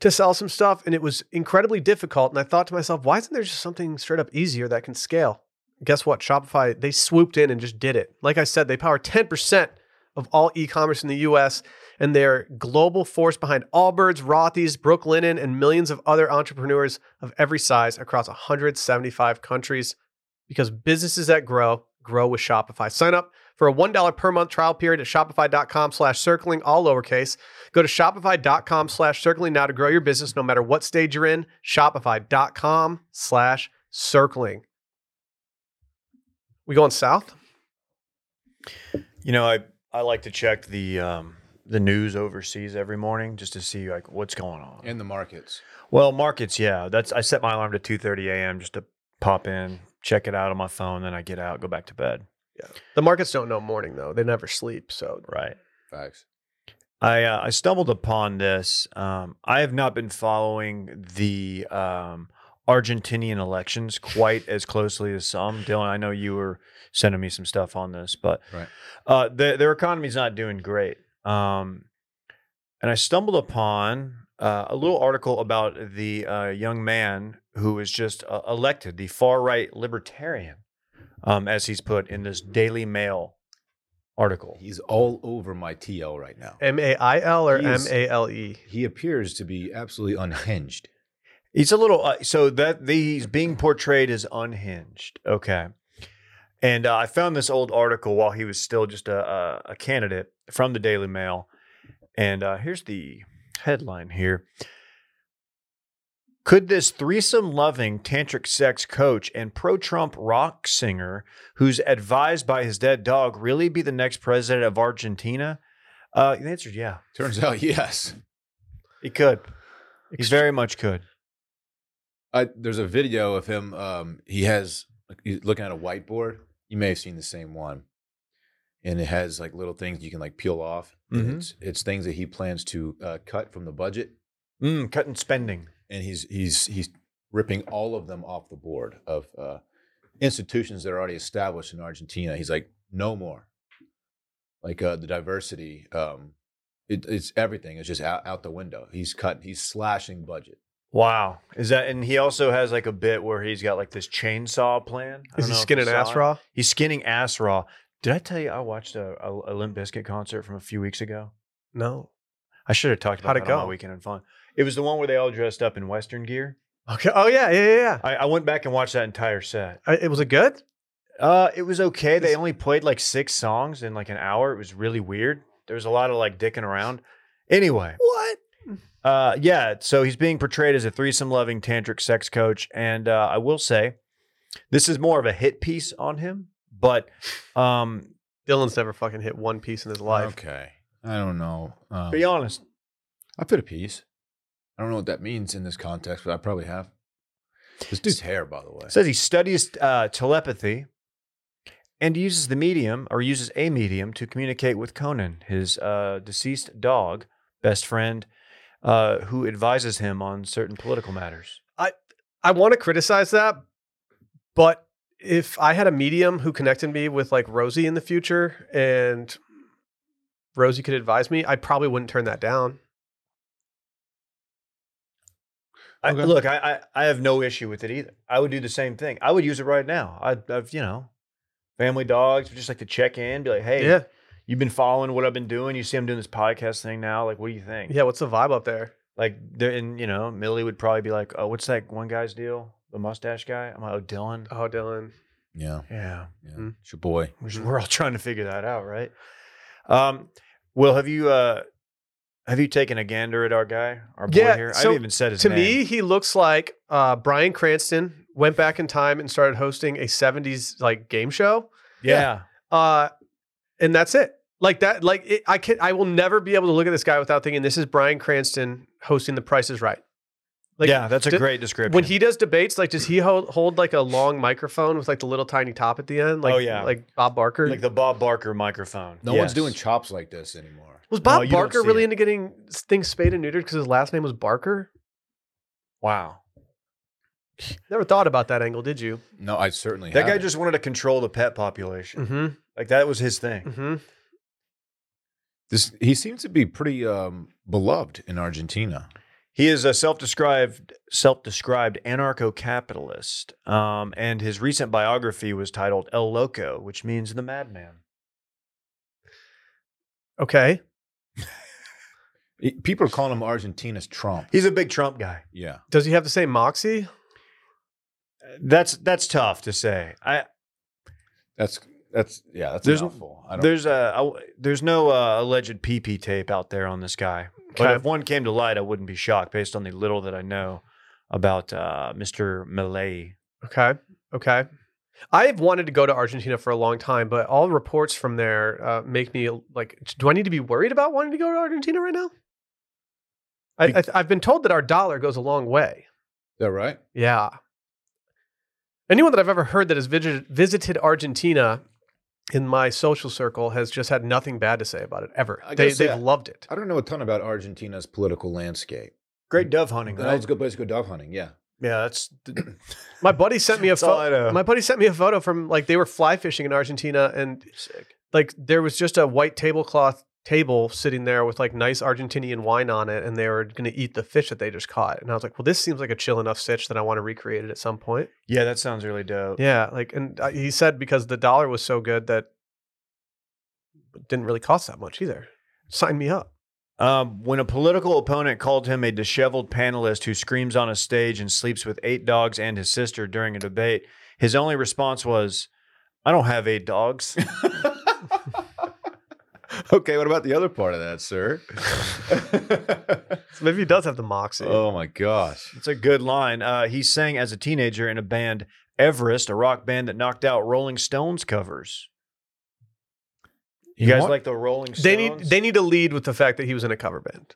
A: to sell some stuff, and it was incredibly difficult. And I thought to myself, why isn't there just something straight up easier that can scale? Guess what? Shopify they swooped in and just did it. Like I said, they power 10% of all e-commerce in the U.S and their global force behind Allbirds, Rothy's, Brooklinen, and millions of other entrepreneurs of every size across 175 countries. Because businesses that grow grow with Shopify. Sign up for a $1 per month trial period at Shopify.com slash circling, all lowercase. Go to Shopify.com slash circling now to grow your business no matter what stage you're in. Shopify.com slash circling. We going south?
B: You know, I I like to check the um, the news overseas every morning just to see like what's going on.
C: in the markets.
B: well, markets, yeah. That's I set my alarm to two thirty a.m. just to pop in, check it out on my phone, then I get out, go back to bed.
A: The markets don't know morning though. They never sleep. So
B: Right.
C: Facts.
B: I uh, I stumbled upon this. Um, I have not been following the um, Argentinian elections quite as closely as some. Dylan, I know you were sending me some stuff on this, but
C: Right.
B: uh, their their economy's not doing great. Um, and I stumbled upon uh, a little article about the uh, young man who was just uh, elected, the far right libertarian, um, as he's put in this Daily Mail article.
C: He's all over my TL right now.
A: M A I L or M
C: He's-
A: A L E?
C: He appears to be absolutely unhinged.
B: He's a little uh, so that the, he's being portrayed as unhinged. Okay, and uh, I found this old article while he was still just a, a, a candidate from the Daily Mail, and uh, here's the headline here. Could this threesome loving tantric sex coach and pro Trump rock singer, who's advised by his dead dog, really be the next president of Argentina? Uh, the answer is yeah.
C: Turns out, yes.
B: He could. He
A: Ext-
B: very much could.
C: I, there's a video of him. Um, he has he's looking at a whiteboard. You may have seen the same one, and it has like little things you can like peel off. and
B: Mhm.
C: It's it's things that he plans to uh, cut from the budget,
B: Mm, cutting spending.
C: and he's he's he's ripping all of them off the board of uh, institutions that are already established in Argentina. He's like, no more. Like uh, the diversity, um, it, it's everything. It's just out, out the window. He's cut. He's slashing budget.
B: Wow. Is that and he also has like a bit where he's got like this chainsaw plan. I
A: Is
B: don't
A: he
B: know if
A: skinning
B: you saw
A: ass
B: it.
A: raw?
B: He's skinning ass raw. Did I tell you I watched a, a, a Limp Bizkit concert from a few weeks ago?
A: No.
B: I should have talked about
A: How'd it
B: that on my
A: go?
B: weekend and fun. It was the one where they all dressed up in Western gear.
A: Okay. Oh yeah, yeah, yeah, yeah.
B: I, I went back and watched that entire set.
A: I, it was a good.
B: Uh, it was okay. They
A: This-
B: only played like six songs in like an hour. It was really weird. There was a lot of like dicking around. Anyway,
A: What?
B: Uh, yeah. So he's being portrayed as a threesome loving tantric sex coach, and uh, I will say, this is more of a hit piece on him. But um,
A: Dylan's never fucking hit one piece in his life.
C: Okay. I don't know. Um,
B: be honest,
C: I put a piece. I don't know what that means in this context, but I probably have. This dude's hair, by the way.
B: it says he studies uh, telepathy and uses the medium or uses a medium to communicate with Conan, his uh, deceased dog, best friend, uh, who advises him on certain political matters.
A: I want to criticize that, but if I had a medium who connected me with like Rosie in the future and Rosie could advise me, I probably wouldn't turn that down.
B: I,
C: Okay.
B: look, I, I I have no issue with it either. I would do the same thing. I would use it right now. I, I've you know, family dogs just like to check in, be like, hey,
A: Yeah.
B: you've been following what I've been doing. You see, I'm doing this podcast thing now. Like, what do you think?
A: Yeah, what's the vibe up there?
B: Like, there, and you know, Millie would probably be like, "Oh, what's that one guy's deal? The mustache guy?" I'm like, "Oh, Dylan."
A: Oh, Dylan.
C: Yeah,
B: Yeah,
C: yeah.
A: Mhm.
C: It's your boy.
B: which
A: Mhm.
B: we're all trying to figure that out, right? Um, Will, have you uh, have you taken a gander at our guy, our boy
A: Yeah,
B: here? I
A: so
B: haven't even said his
A: To
B: name.
A: me, he looks like uh, Brian Cranston went back in time and started hosting a 70s like game show.
B: yeah,
A: Uh, and that's it. Like that, like it, I can I will never be able to look at this guy without thinking this is Brian Cranston hosting the Price is Right. Like
B: yeah, that's a
A: d-
B: great description.
A: when he does debates, like does he hold, hold like a long microphone with like the little tiny top at the end? Like
B: Oh, yeah.
A: like Bob Barker.
B: like the Bob Barker microphone.
C: No one's
B: Yes.
C: doing chops like this anymore.
A: was
B: No,
A: Bob
B: Oh, you don't
A: Barker
B: see
A: really
B: it.
A: into getting s- things spayed and neutered because his last name was Barker?
B: Wow,
A: Never thought about that angle, did you?
C: No, I certainly.
B: that guy
C: haven't.
B: just wanted to control the pet population.
C: Mm.
A: Mm-hmm.
B: Like that was his thing.
A: Mm-hmm.
C: This he seems to be pretty um, beloved in Argentina.
B: He is a self-described self-described anarcho-capitalist, um, and his recent biography was titled "El Loco," which means the madman.
A: Okay.
C: He- People are calling him Argentina's Trump.
B: He's a big Trump guy.
C: Yeah,
A: Does he have the same moxie?
B: That's that's tough to say. I
C: that's that's yeah, that's
B: There's-
C: awful. I don't.
B: there's a I- there's no uh, alleged PP tape out there on this guy, but
A: Okay.
B: if one came to light, I wouldn't be shocked based on the little that I know about uh, Mr. Millay.
A: Okay. Okay. I have wanted to go to Argentina for a long time, but all reports from there uh, make me like, do I need to be worried about wanting to go to Argentina right now? I, I, I've been told that our dollar goes a long way.
C: Is that right?
A: Yeah. Anyone that I've ever heard that has visited, visited Argentina in my social circle has just had nothing bad to say about it ever.
C: I
A: They,
C: guess,
A: they've
C: yeah.
A: loved it.
C: I don't know a ton about Argentina's political landscape.
B: Great dove hunting,
C: That was
B: right?
C: a good place to go dove hunting. Yeah,
B: Yeah, that's
A: My buddy sent me a
B: That's all I
A: photo.
B: know.
A: My buddy sent me a photo from like they were fly fishing in Argentina, and
B: sick.
A: like there was just a white tablecloth table sitting there with like nice Argentinian wine on it, and they were going to eat the fish that they just caught. And I was like, well, this seems like a chill enough sitch that I want to recreate it at some point.
B: Yeah, that sounds really dope.
A: Yeah, like and uh, he said because the dollar was so good that it didn't really cost that much either. Sign me up.
B: Um, when a political opponent called him a disheveled panelist who screams on a stage and sleeps with eight dogs and his sister during a debate, his only response was, "I don't have eight dogs."
C: okay, what about the other part of that, sir?
A: So maybe he does have the moxie.
C: oh my gosh.
B: It's a good line. Uh, he sang as a teenager in a band, Everest, a rock band that knocked out Rolling Stones covers. You guys
C: What?
B: like the Rolling Stones?
A: they need they need to lead with the fact that he was in a cover band.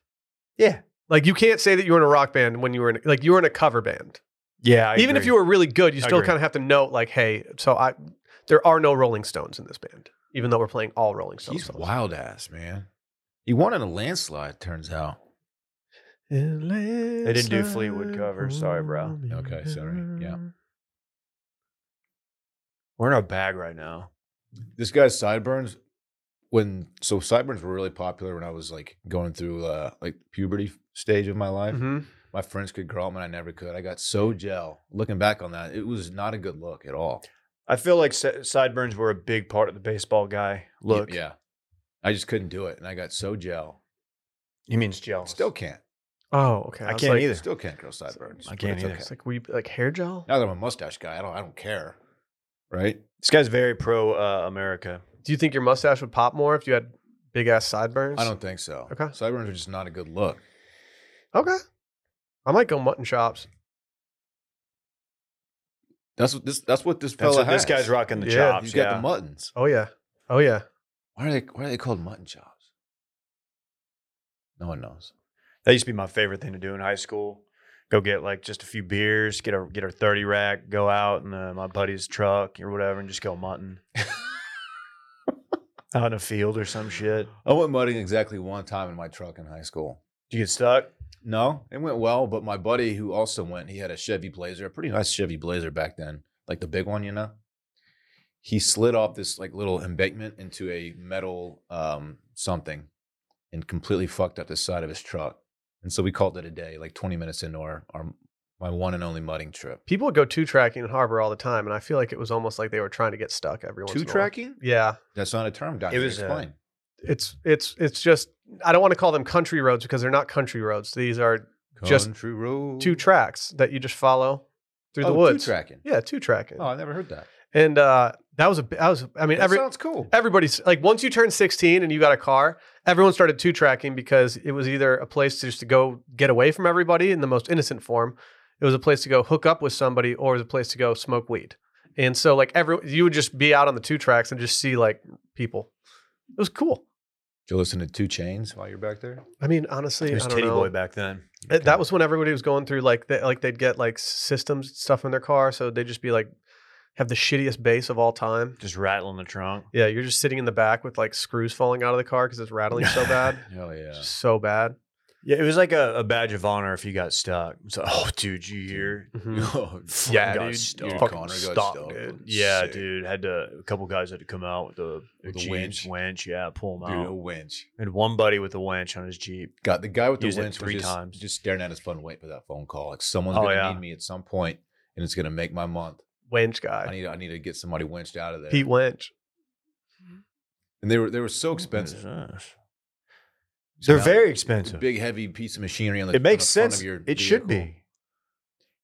B: yeah,
A: Like you can't say that you were in a rock band when you were in like you were in a cover band.
B: yeah. I
A: Even if
B: agree.
A: you were really good, you
B: I
A: still
B: agree.
A: kind of have to note like, hey, so I there are no Rolling Stones in this band, even though we're playing all Rolling Stones.
C: He's
A: songs.
C: wild ass, man. He won in a landslide, turns out.
A: They
B: didn't do Fleetwood covers. Sorry, bro.
C: Okay, sorry. Yeah.
B: we're in our bag right now.
C: This guy's sideburns when so sideburns were really popular when I was like going through uh like puberty stage of my life.
B: Mm-hmm.
A: hmm
C: My friends could grow them and I never could. I got so gel. Looking back on that, it was not a good look at all.
B: I feel like si- sideburns were a big part of the baseball guy look.
C: Yeah. I just couldn't do it and I got so gel.
B: he means jealous.
C: Still can't.
A: Oh, okay.
B: I,
A: was
B: can't
A: like-
B: either.
C: Still can't grow sideburns.
B: I can't
C: It's
B: either.
A: It's like we like hair gel.
C: Now that I'm a mustache guy, I don't I don't care. Right?
B: This guy's very pro uh, America.
A: Do you think your mustache would pop more if you had big ass sideburns?
C: I don't think so.
A: Okay.
C: Sideburns are just not a good look.
A: Okay. I might go mutton chops.
C: That's what this that's what this
B: That's
C: fella
B: what this
C: has.
B: guy's rocking the
A: Yeah,
B: chops.
C: He's got
B: yeah.
C: the muttons.
A: Oh yeah. Oh yeah.
C: Why are they why are they called mutton chops? No one knows.
B: That used to be my favorite thing to do in high school. Go get like just a few beers, get a get a thirty rack, go out in uh, my buddy's truck or whatever, and just go mutton out in a field or some shit.
C: I went mudding exactly one time in my truck in high school.
B: Did you get stuck?
C: No, it went well, but my buddy who also went, he had a Chevy Blazer, a pretty nice Chevy Blazer back then, like the big one, you know. He slid off this like little embankment into a metal um, something, and completely fucked up the side of his truck. And so we called it a day, like 20 minutes into our, our my one and only mudding trip.
A: People would go two tracking in harbor all the time, and I feel like it was almost like they were trying to get stuck every once. in a while.
C: Two tracking?
A: Yeah.
C: That's not a term, Doctor.
B: was, uh,
C: Explain.
A: it's it's it's just I don't want to call them country roads because they're not country roads. These are Just
C: Country road.
A: two tracks that you just follow through
C: Oh,
A: the woods.
C: Two tracking.
A: Yeah, two tracking.
C: Oh, I never heard that.
A: And uh, that was a that was I mean
C: That
A: every
C: sounds cool.
A: everybody's like once you turn 16 and you got a car everyone started two tracking because it was either a place to just to go get away from everybody in the most innocent form it was a place to go hook up with somebody or it was a place to go smoke weed and so like every you would just be out on the two tracks and just see like people it was cool
C: Did you listen to Two Chains while you're back there?
A: i mean honestly
B: He was
A: I don't
B: Titty
A: know.
B: Boy back then.
A: That- that was when everybody was going through like they, like they'd get like systems stuff in their car so they'd just be like have the shittiest bass of all time
B: Just rattling the trunk.
A: yeah you're just sitting in the back with like screws falling out of the car because it's rattling so bad
C: Hell yeah.
A: so bad.
B: Yeah, it was like a, a badge of honor if you got stuck. It's like, oh, dude, you hear?
A: Mm-hmm.
C: Oh,
B: Yeah,
C: got
B: dude,
C: stuck.
B: you're
A: fucking
C: Connor got
A: stuck,
C: stuck.
A: dude.
B: Yeah,
C: Sick.
B: dude. Had to a couple guys had to come out with the
C: With a
B: Jeep's
C: winch.
B: winch. Yeah, pull them
C: Dude, a
B: out.
C: winch.
B: And one buddy with a winch on his Jeep.
C: Got the guy with the
B: Used it
C: winch was
B: three
C: just,
B: times.
C: just staring at his phone, waiting for that phone call. Like someone's
B: Oh,
C: gonna
B: yeah.
C: need me at some point, and it's gonna make my month.
A: Wench
C: I
A: guy.
C: need I need to get somebody winched out of there.
A: Pete Wench.
C: and they were they were so
B: What is
C: expensive.
B: this?
C: So
B: They're
C: now,
B: very
C: it's a
B: expensive.
C: Big heavy piece of machinery on the.
B: it makes
C: on the front
B: sense.
C: Of your
B: It should
C: vehicle.
B: be.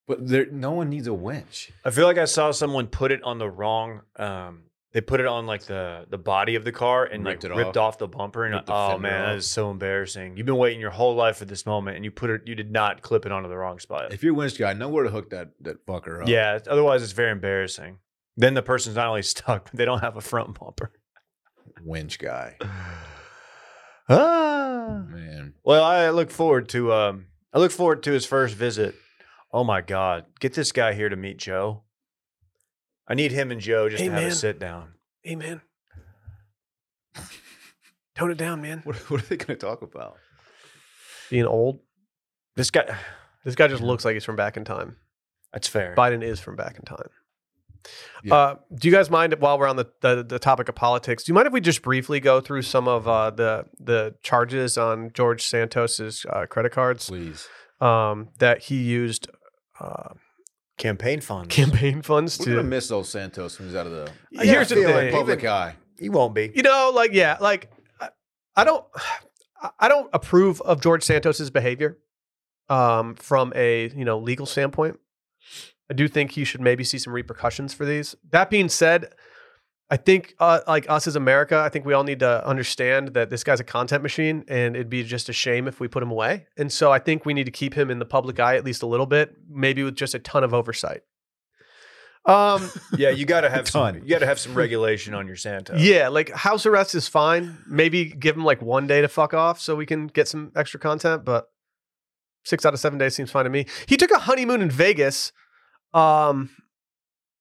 C: But there, no one needs a winch.
B: I feel like I saw someone put it on the wrong. Um, they put it on like the the body of the car and
C: Ripped
B: like
C: it
B: ripped
C: off.
B: off. the bumper. And
C: Ripped the
B: oh
C: fender
B: man, that
C: off.
B: is so embarrassing. You've been waiting your whole life for this moment, and you put it. You did not clip it onto the wrong spot.
C: If you're a winch guy, know where to hook that that fucker up.
B: Yeah, otherwise it's very embarrassing. Then the person's not only stuck, but they don't have a front bumper.
C: winch guy.
B: ah.
C: Man,
B: Well, I look forward to um I look forward to his first visit. Oh my god, get this guy here to meet Joe. I need him and Joe just
A: Hey,
B: to have
A: man.
B: a sit down.
A: Hey man. Tone it down, man.
C: what, what are they gonna talk about?
A: Being old.
B: This guy
A: This guy just looks like he's from back in time.
B: that's fair.
A: Biden is from back in time.
C: Yeah.
A: Uh, do you guys mind if- while we're on the, the the topic of politics? Do you mind if we just briefly go through some of uh, the the charges on George Santos's uh, credit cards
C: Please.
A: um, that he used uh,
B: Campaign funds.
A: campaign funds
C: We're
A: to?
C: gonna miss old Santos when he's out of the
B: I
A: Here's
B: got a
A: the
B: feeling
A: thing.
C: public eye.
B: He won't be.
A: you know, like yeah, like I, I don't, I- I don't approve of George Santos's behavior, um, from a you know legal standpoint. I do think he should maybe see some repercussions for these. That being said, I think uh, like us as America, I think we all need to understand that this guy's a content machine, and it'd be just a shame if we put him away. And so I think we need to keep him in the public eye at least a little bit, maybe with just a ton of oversight. Um.
B: Yeah, you gotta have
C: Ton.
B: some, you gotta have some regulation on your Santos.
A: Yeah, like house arrest is fine. Maybe give him like one day to fuck off so we can get some extra content, but six out of seven days seems fine to me. He took a honeymoon in Vegas um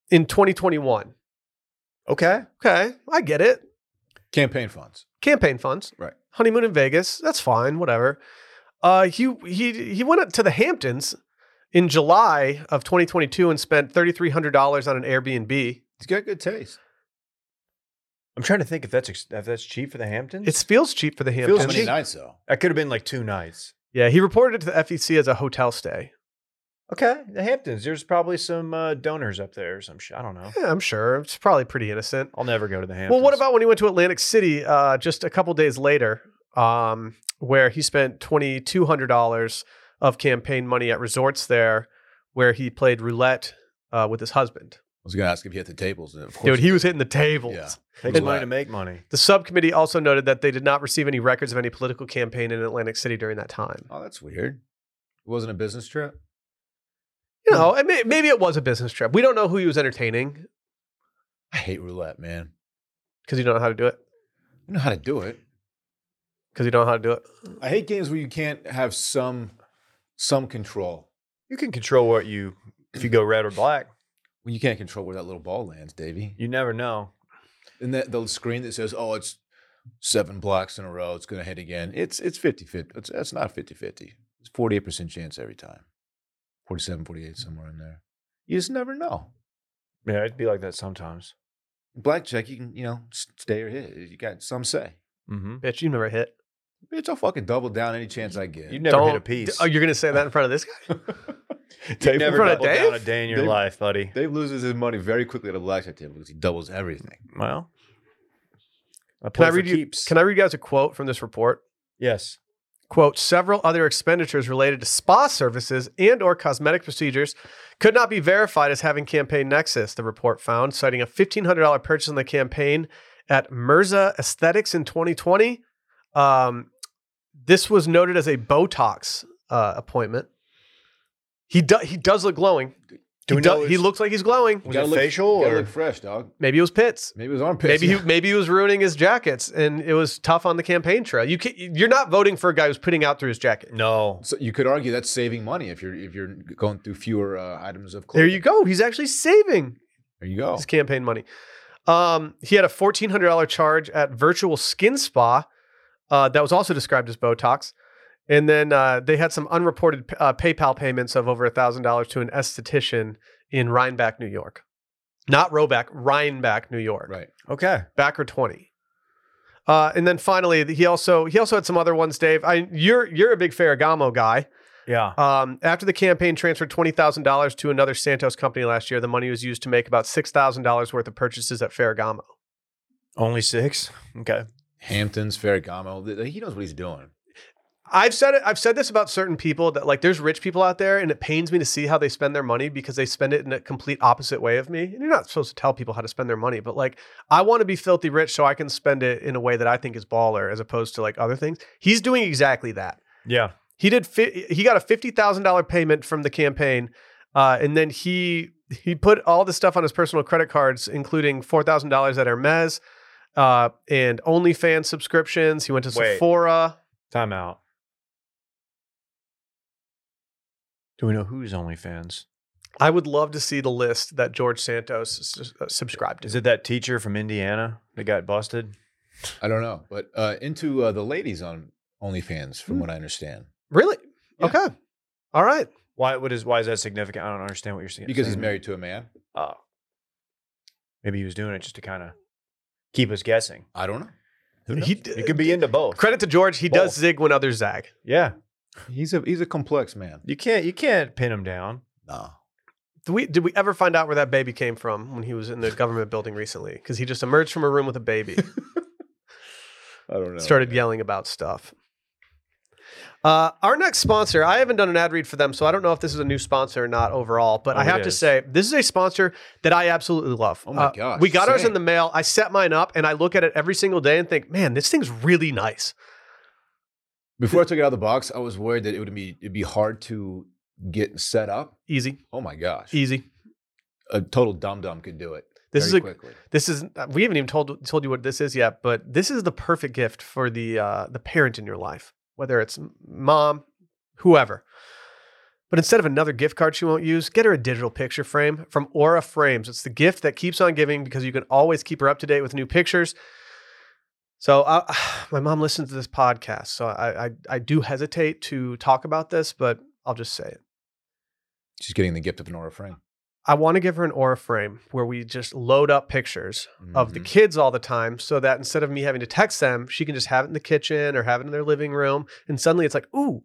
A: in 2021.
B: Okay.
A: Okay, I get it.
C: Campaign funds.
A: Campaign funds.
C: Right.
A: Honeymoon in Vegas. That's fine, whatever. Uh he he he went up to the Hamptons in July of 2022 and spent $3300 on an Airbnb.
C: He's got good taste.
B: I'm trying to think if that's ex- if that's cheap for the Hamptons.
A: It feels cheap for the
B: Feels
A: Hamptons.
C: How many
B: cheap.
C: nights though?
B: that could have been like two nights.
A: Yeah, he reported it to the FEC as a hotel stay.
B: Okay, the Hamptons. There's probably some uh, donors up there or some shit. I don't know.
A: Yeah, I'm sure. It's probably pretty innocent.
B: I'll never go to the Hamptons.
A: Well, what about when he went to Atlantic City uh, just a couple days later, um, where he spent twenty two hundred dollars of campaign money at resorts there, where he played roulette uh, with his husband.
C: I was gonna ask if you hit the tables, and of course,
A: Dude, he was hitting the tables.
C: Yeah.
B: Takes
C: Roulette.
B: money to make money.
A: The subcommittee also noted that they did not receive any records of any political campaign in Atlantic City during that time.
C: Oh, that's weird. It wasn't a business trip.
A: You know, and may- maybe it was a business trip. We don't know who he was entertaining
C: I hate roulette, man.
A: because you don't know how to do it.
C: I know how to do it.
A: Because you don't know how to do it.
C: I hate games where you can't have some some control.
B: You can control what you if you go red or black.
C: Well, you can't control where that little ball lands, Davey.
B: You never know.
C: And that the screen that says, "Oh, it's seven blocks in a row. It's gonna hit again." It's it's 50-50. It's, that's not 50-50. It's forty eight percent chance every time. 47, 48, somewhere in there. You just never know.
B: Yeah, it'd be like that sometimes.
C: Blackjack, you can you know s- stay or hit. You got some say.
B: Mm-hmm.
A: Bitch, you never hit.
C: Bitch, I'll fucking double down any chance I get.
B: You never hit a
A: Don't-
B: piece.
A: Oh, you're going to say that in front of this guy?
B: You've never
A: front of
B: doubled down a
A: Dave?
B: day in your
C: Dave-
B: life, buddy.
C: Dave loses his money very quickly at a blackjack table because he doubles everything.
B: Well,
A: Can I
B: I play for
A: read you-
B: keeps.
A: Can I read you guys a quote from this report?
B: Yes.
A: quote several other expenditures related to spa services and or cosmetic procedures could not be verified as having campaign nexus the report found citing a $1500 purchase in the campaign at mirza aesthetics in 2020 um, this was noted as a botox uh, appointment he, do- he does look glowing
B: Do
A: he,
B: we
A: do-
B: know
A: he
B: it's-
A: looks like he's glowing
B: Was
C: Gotta
B: it
C: look-
B: facial
C: gotta
B: or
C: look fresh, dog.
A: maybe it was pits
C: Maybe it was armpits.
A: Maybe
C: yeah.
A: he maybe he was ruining his jackets, and it was tough on the campaign trail. You can, you're not voting for a guy who's putting out through his jacket.
B: no?
C: So you could argue that's saving money if you're if you're going through fewer uh, items of clothing.
A: There you go. He's actually saving
C: There you go.
A: his campaign money. Um, he had a fourteen hundred dollar charge at Virtual Skin Spa uh, that was also described as Botox, and then uh, they had some unreported uh, PayPal payments of over thousand dollars to an esthetician in Rhinebeck, New York, not Roback, Rhinebeck, New York.
C: Right.
B: Okay.
A: Backer twenty. Uh, and then finally, he also he also had some other ones. Dave, I you're you're a big Ferragamo guy.
B: Yeah.
A: Um, after the campaign transferred twenty thousand dollars to another Santos company last year, the money was used to make about six thousand dollars worth of purchases at Ferragamo.
B: Only six. Okay.
C: Hamptons, Ferragamo. th- th- He knows what he's doing.
A: I've said it. I've said this about certain people that like there's rich people out there, and it pains me to see how they spend their money because they spend it in a complete opposite way of me. And you're not supposed to tell people how to spend their money, but like I want to be filthy rich so I can spend it in a way that I think is baller as opposed to like other things. He's doing exactly that.
B: Yeah.
A: he did fi- he got a fifty thousand dollar payment from the campaign, uh, and then he he put all the stuff on his personal credit cards, including four thousand dollars at Hermes uh, and OnlyFans subscriptions. He went to
B: Wait.
A: Sephora.
B: Time out. Do we know who's OnlyFans?
A: I would love to see the list that George Santos s- uh, subscribed to.
B: Is it that teacher from Indiana that got busted?
C: I don't know, but uh, into uh, the ladies on OnlyFans, from what I understand,
A: Really?
C: Yeah.
A: Okay. All right.
B: Why would is why is that significant? I don't understand what you're saying.
C: because he's
B: saying.
C: married to a man.
B: Oh. Maybe he was doing it just to kind of keep us guessing.
C: I don't know.
A: He
B: It could be into both.
A: Credit to George. He does
B: Both.
A: zig when others zag.
B: Yeah.
C: He's a he's a complex man.
B: You can't you can't pin him down.
C: No.
A: Did we, did we ever find out where that baby came from when he was in the government building recently? Because he just emerged from a room with a baby.
C: I don't know.
A: started yelling about stuff. Uh, our next sponsor, I haven't done an ad read for them, so I don't know if this is a new sponsor or not overall, but
B: Oh,
A: I
B: it
A: have to
B: is.
A: say, this is a sponsor that I absolutely love. Uh,
C: Oh my gosh,
A: We got ours
C: same.
A: in the mail. I set mine up and I look at it every single day and think, man, this thing's really nice.
C: Before I took it out of the box, I was worried that it would be it'd be hard to get set up.
A: Easy,
C: Oh my gosh.
A: easy.
C: a total dum dum could do it.
A: E This
C: very
A: is a-
C: quickly.
A: This is we haven't even told told you what this is yet, but this is the perfect gift for the uh, the parent in your life, whether it's m- mom, whoever. But instead of another gift card she won't use, get her a digital picture frame from Aura Frames. It's the gift that keeps on giving because you can always keep her up to date with new pictures. So I, my mom listens to this podcast, so I, I I do hesitate to talk about this, but I'll just say it.
C: She's getting the gift of an aura frame.
A: I want to give her an Aura frame where we just load up pictures of the
C: Mhm.
A: kids all the time so that instead of me having to text them, she can just have it in the kitchen or have it in their living room. And suddenly it's like, ooh,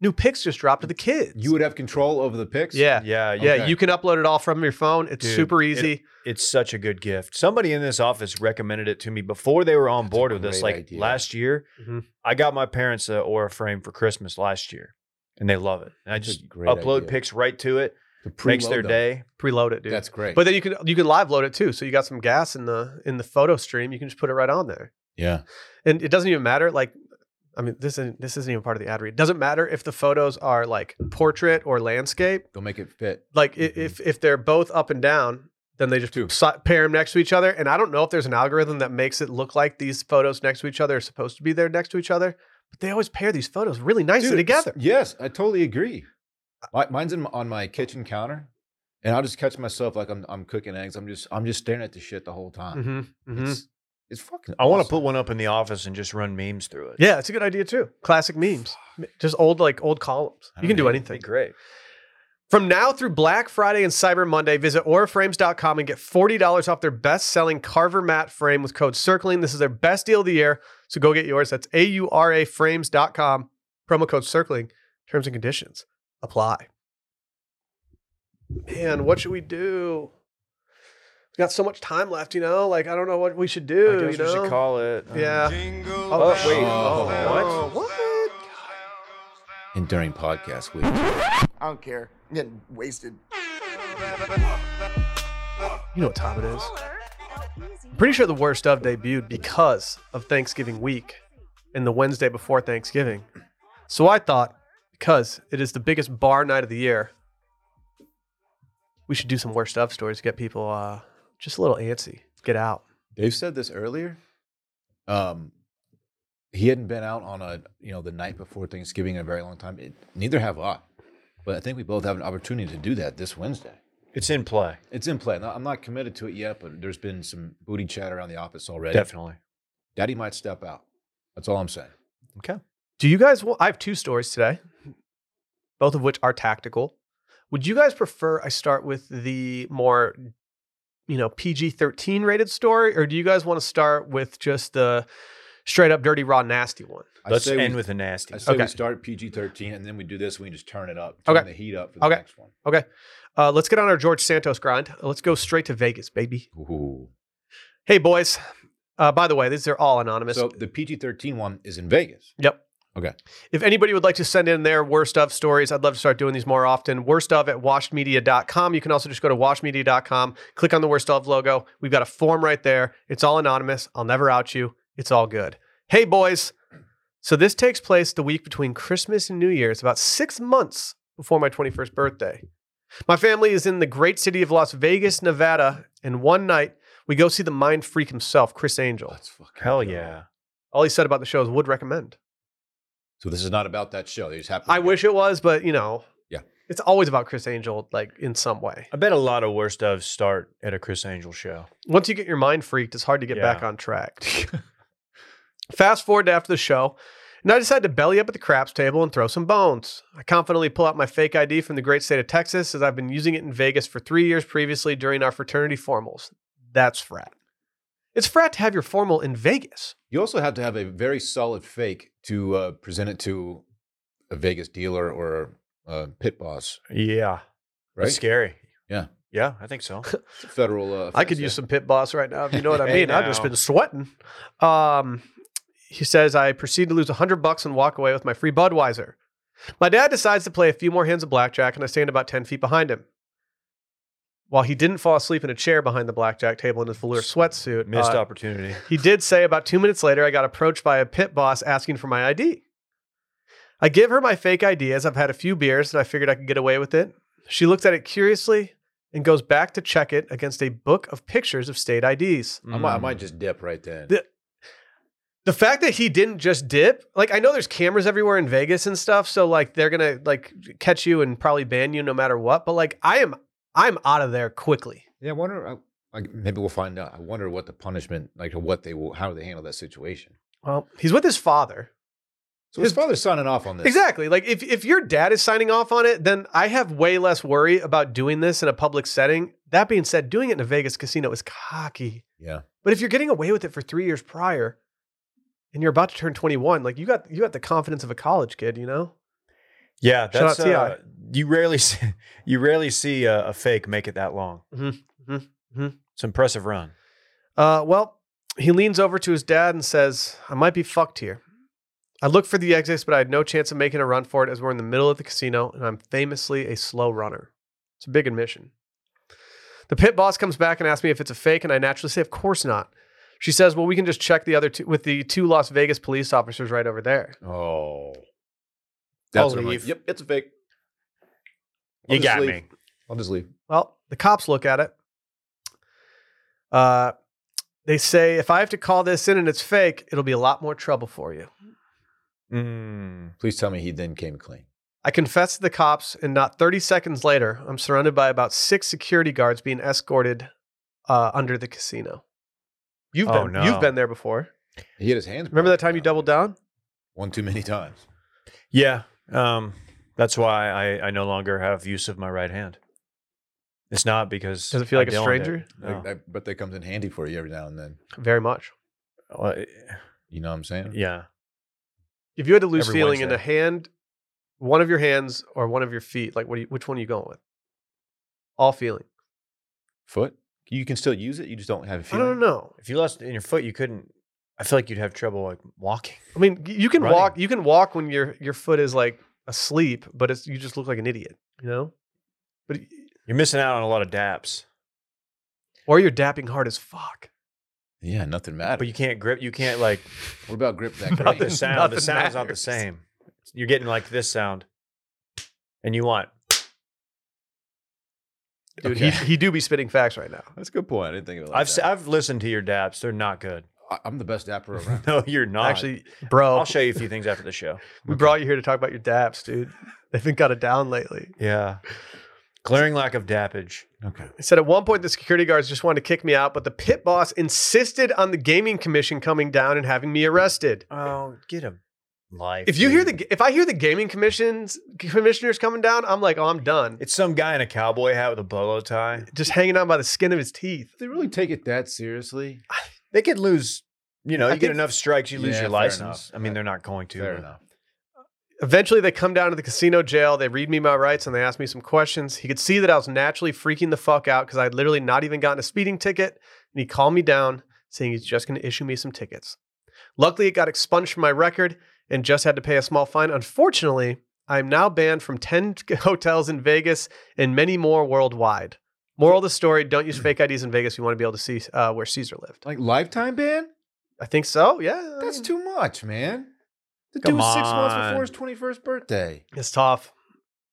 A: new pics just dropped of the kids.
C: you would have control over the pics.
A: yeah.
B: Yeah,
A: Yeah.
C: Okay.
A: You can upload it all from your phone. It's
B: Dude,
A: super
B: it-
A: easy.
B: It's such a good gift. Somebody in this office recommended it to me before they were on
C: That's a
B: board with this.
C: great
B: Like
C: idea. Mm-hmm.
B: last year,
A: Mhm.
B: I got my parents a Aura frame for Christmas last year, and they love it. And I
C: That's a
B: just
C: great
B: upload
C: idea.
B: pics right to it.
C: To
B: Makes
C: preload
B: their
C: them.
B: day.
A: Preload it, dude.
C: That's great.
A: but then you can you can live load it too. So you got some gas in the in the photo stream. You can just put it right on there.
C: yeah,
A: And it doesn't even matter, like I mean, this isn't this isn't even part of the ad read. It doesn't matter if the photos are like portrait or landscape.
C: go make it fit.
A: like i
C: Mhm.
A: if if they're both up and down then they just
C: Two.
A: si- pair them next to each other and i don't know if there's an algorithm that makes it look like these photos next to each other are supposed to be there next to each other but they always pair these photos really nicely
C: Dude,
A: together
C: s- Yes, I totally agree. Mi- Mine's in, on my kitchen counter, and I'll just catch myself like I'm I'm cooking eggs. I'm just I'm just staring at the shit the whole time.
A: hmm
C: It's it's fucking.
B: Mm-hmm, I want to
C: awesome.
B: put one up in the office and just run memes through it.
A: yeah it's a good idea too classic memes just old like old columns
C: I
A: you can
C: don't
A: do
C: hate it.
A: anything
B: great.
A: From now through Black Friday and Cyber Monday, visit auraframes.com and get $40 off their best-selling Carver mat frame with code CIRCLING. This is their best deal of the year, so go get yours. That's A-U-R-A frames.com, promo code CIRCLING. Terms and conditions apply. Man, what should we do? got so much time left, you know. Like I don't know what we should
B: I
A: do.
B: guess
A: you
B: we
A: know?
B: should call it. um,
A: yeah.
D: Jingle
B: Oh,
D: bells,
B: wait.
C: Oh,
D: bells,
B: what?
D: bells,
C: And during podcast week.
E: I don't care. I'm getting wasted.
A: You know what time it is. Pretty sure the worst of debuted because of Thanksgiving week and the Wednesday before Thanksgiving. So I thought, because it is the biggest bar night of the year, we should do some worst of stories to get people uh, just a little antsy. Get out.
C: Dave said this earlier. Um, he hadn't been out on a you know the night before Thanksgiving in a very long time. It, neither have I, but I think we both have an opportunity to do that this Wednesday.
B: It's in play.
C: It's in play. Now, I'm not committed to it yet, but there's been some booty chat around the office already.
B: Definitely.
C: Daddy might step out. That's all I'm saying.
B: Okay.
A: Do you guys? Well, I have two stories today, both of which are tactical. Would you guys prefer I start with the more, you know, PG thirteen rated story, or do you guys want to start with just the straight up dirty, raw, nasty one?
B: Let's
C: I say
B: end
C: we,
B: with a nasty.
C: I say
A: Okay.
C: we start PG-13 and then we do this. We can just turn it up, turn
A: Okay.
C: the heat up for the
A: Okay.
C: next one.
A: Uh, let's get on our George Santos grind. Let's go straight to Vegas, baby.
C: Ooh.
A: Hey, boys. Uh, by the way, these are all anonymous.
C: So the PG-13 one is in Vegas.
A: Yep.
C: Okay.
A: If anybody would like to send in their worst of stories, I'd love to start doing these more often. Worst of at washedmedia.com. You can also just go to washedmedia.com, click on the worst of logo. We've got a form right there. It's all anonymous. I'll never out you. It's all good. Hey, boys. So this takes place the week between Christmas and New Year's, about six months before my 21st birthday. My family is in the great city of Las Vegas, Nevada, and one night we go see the mind freak himself, Chris Angel.
C: Let's fucking
B: Oh, Hell
C: go.
B: yeah.
A: All he said about the show is would recommend.
C: So this is not about that show. They just happen.
A: I wish it was, but you know,
C: Yeah.
A: it's always about Chris Angel, like in some way.
B: I bet a lot of worst ofs start at a Chris Angel show.
A: Once you get your mind freaked, it's hard to get back
B: Yeah.
A: on track. Fast forward to after the show, and I decide to belly up at the craps table and throw some bones. I confidently pull out my fake ID from the great state of Texas, as I've been using it in Vegas for three years previously during our fraternity formals. That's frat. It's frat to have your formal in Vegas.
C: You also have to have a very solid fake to uh, present it to a Vegas dealer or a pit boss,
B: Yeah.
C: right?
B: That's scary.
C: Yeah.
B: Yeah, I think so.
C: It's a federal. Uh,
A: I could use
C: offense, yeah.
A: some pit boss right now, if you know what I
B: Hey,
A: mean. I've just
B: now.
A: been sweating. Um, he says, I proceed to lose 100 bucks and walk away with my free Budweiser. My dad decides to play a few more hands of blackjack, and I stand about 10 feet behind him. While he didn't fall asleep in a chair behind the blackjack table in his velour sweatsuit,
B: Missed
A: uh,
B: opportunity.
A: he did say about two minutes later, I got approached by a pit boss asking for my ID. I give her my fake ID as I've had a few beers and I figured I could get away with it. She looks at it curiously and goes back to check it against a book of pictures of state IDs.
C: I might, I
A: um,
C: might just dip right then.
A: The- The fact that he didn't just dip, like I know there's cameras everywhere in Vegas and stuff, so like they're gonna like catch you and probably ban you no matter what. But like I am, I'm out of there quickly.
C: yeah, I wonder. I, like maybe we'll find out. I wonder what the punishment, like, or what they will, how they handle that situation.
A: Well, he's with his father,
C: So his
A: His-
C: father's signing off on this.
A: Exactly. Like if if your dad is signing off on it, then I have way less worry about doing this in a public setting. That being said, doing it in a Vegas casino is cocky.
C: Yeah.
A: But if you're getting away with it for 3 years prior and you're about to turn 21, like you got you got the confidence of a college kid, you know?
B: Yeah,
A: Shout out
B: that's uh, you rarely see, you rarely see a, a fake make it that long.
A: Mhm, mhm, mhm.
B: It's an impressive run.
A: Uh well, he leans over to his dad and says, "I might be fucked here." I looked for the exits, but I had no chance of making a run for it as we're in the middle of the casino and I'm famously a slow runner. It's a big admission. The pit boss comes back and asks me if it's a fake, and I naturally say, Of course not. She says, Well, we can just check the other two with the two Las Vegas police officers right over there.
C: Oh.
B: I'll
C: what I'm like,
B: leave.
C: yep, it's a fake.
B: You
C: just
B: got
C: leave.
B: me.
C: I'll just leave.
A: Well, the cops look at it. Uh, they say, If I have to call this in and it's fake, it'll be a lot more trouble for you.
B: Mm.
C: Please tell me he then came clean.
A: I confessed to the cops, and not 30 seconds later, I'm surrounded by about six security guards being escorted uh, under the casino. You've
B: Oh,
A: been
B: no.
A: you've been there before.
C: He had his hands.
A: Remember that
C: burned
A: time you
C: down.
A: doubled down?
C: one too many times.
B: Yeah, um, that's why I, I no longer have use of my right hand. It's not because
A: Does it feel
B: I
A: like a
B: Dylan'd
A: stranger?
B: it.
C: Like,
B: No.
C: I bet that comes in handy for you every now and then.
A: Very much.
B: Well, it-
C: You know what I'm saying?
B: yeah,
A: If you had a loose
B: Every
A: feeling in a
B: Wednesday.
A: hand, one of your hands or one of your feet, like what? Do you, which one are you going with? All feeling.
C: Foot.
D: You can still use it. You just don't have a
A: I
D: feeling.
A: don't know.
B: If you lost in your foot, you couldn't. I feel like you'd have trouble like walking.
A: I mean, y- you can
B: Running.
A: walk. You can walk when your your foot is like asleep, but it's you just look like an idiot, you know. But
B: You're missing out on a lot of daps,
A: or you're dapping hard as fuck.
D: Yeah, nothing matters.
B: but you can't grip. You can't like
C: What about grip that
B: not the
C: green?
B: sound. the
A: Nothing
B: sound's not the
A: matters.
B: same. You're getting like this sound, and you want
A: Dude,
D: Okay.
A: he, he do be spitting facts right now.
D: That's a good point. I didn't think of it. Like
B: I've
D: that.
B: se- I've listened to your daps. They're not good.
C: I- I'm the best dapper around.
B: No, you're not.
A: Actually, oh. bro,
B: I'll show you a few things after the show.
A: we brought you here to talk about your daps, dude. They've been got it down lately.
B: Yeah. Glaring lack of dappage.
D: okay.
A: He said at one point the security guards just wanted to kick me out, but the pit boss insisted on the gaming commission coming down and having me arrested.
B: Oh, get him. Life.
A: If you hear
B: dude.
A: the if I hear the gaming commissions commissioners coming down, I'm like, oh, I'm done.
B: it's some guy in a cowboy hat with a bolo tie.
A: Just hanging on by the skin of his teeth.
C: they really take it that seriously?
B: They could lose. You know,
A: I
B: you get
A: think-
B: enough strikes, you lose
C: Yeah,
B: your
C: fair
B: license.
C: enough.
B: I mean, they're not going to.
C: Fair
B: but-
C: enough.
A: Eventually, they come down to the casino jail. They read me my rights and they ask me some questions. He could see that I was naturally freaking the fuck out because I had literally not even gotten a speeding ticket. And he calmed me down, saying he's just going to issue me some tickets. Luckily, it got expunged from my record and just had to pay a small fine. Unfortunately, I am now banned from 10 hotels in Vegas and many more worldwide. Moral of the story don't use fake IDs in Vegas. if You want to be able to see uh, where Caesar lived.
C: Like lifetime ban?
A: I think so. Yeah. I
C: That's
A: mean,
C: too much, man. The dude
B: Come
C: was six months
B: on.
C: before his twenty-first birthday.
A: It's tough.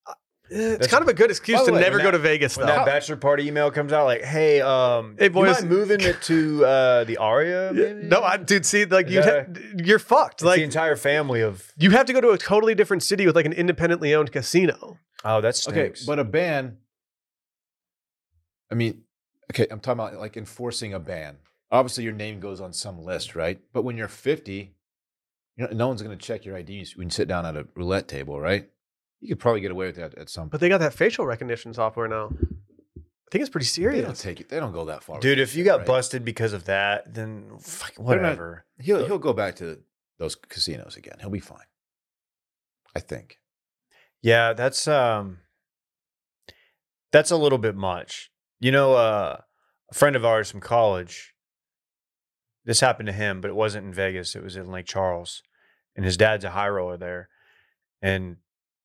A: Uh, It's
B: That's-
A: kind of a good excuse
B: By the
A: to
B: way,
A: never
B: when
A: go
B: that-
A: to Vegas, though.
B: When that bachelor party email comes out, like, hey, um,
A: Hey, boys-
B: you mind moving it to uh, the Aria?
A: Yeah,
B: Maybe?
A: No, I, dude, see, like you,
B: Yeah.
A: you're fucked.
B: It's
A: Like
B: the entire family of.
A: you have to go to a totally different city with like an independently owned casino.
B: Oh, that's
C: Okay, but a ban. I mean, okay, I'm talking about like enforcing a ban. Obviously, your name goes on some list, right? But when you're 50, you know, no one's going to check your IDs when you sit down at a roulette table, right? You could probably get away with that at some
A: But
C: point.
A: they got that facial recognition software now. I think it's pretty
C: They don't
A: serious.
C: take it. They don't go that far, with
B: dude,
C: that
B: if you
C: shit,
B: got
C: right?
B: busted because of that, then fuck,
C: not-
B: whatever.
C: he'll he'll go back to those casinos again. He'll be fine. I think.
B: Yeah, that's um that's a little bit much. You know, uh a friend of ours from college, this happened to him, but it wasn't in Vegas, it was in Lake Charles. And his dad's a high roller there. And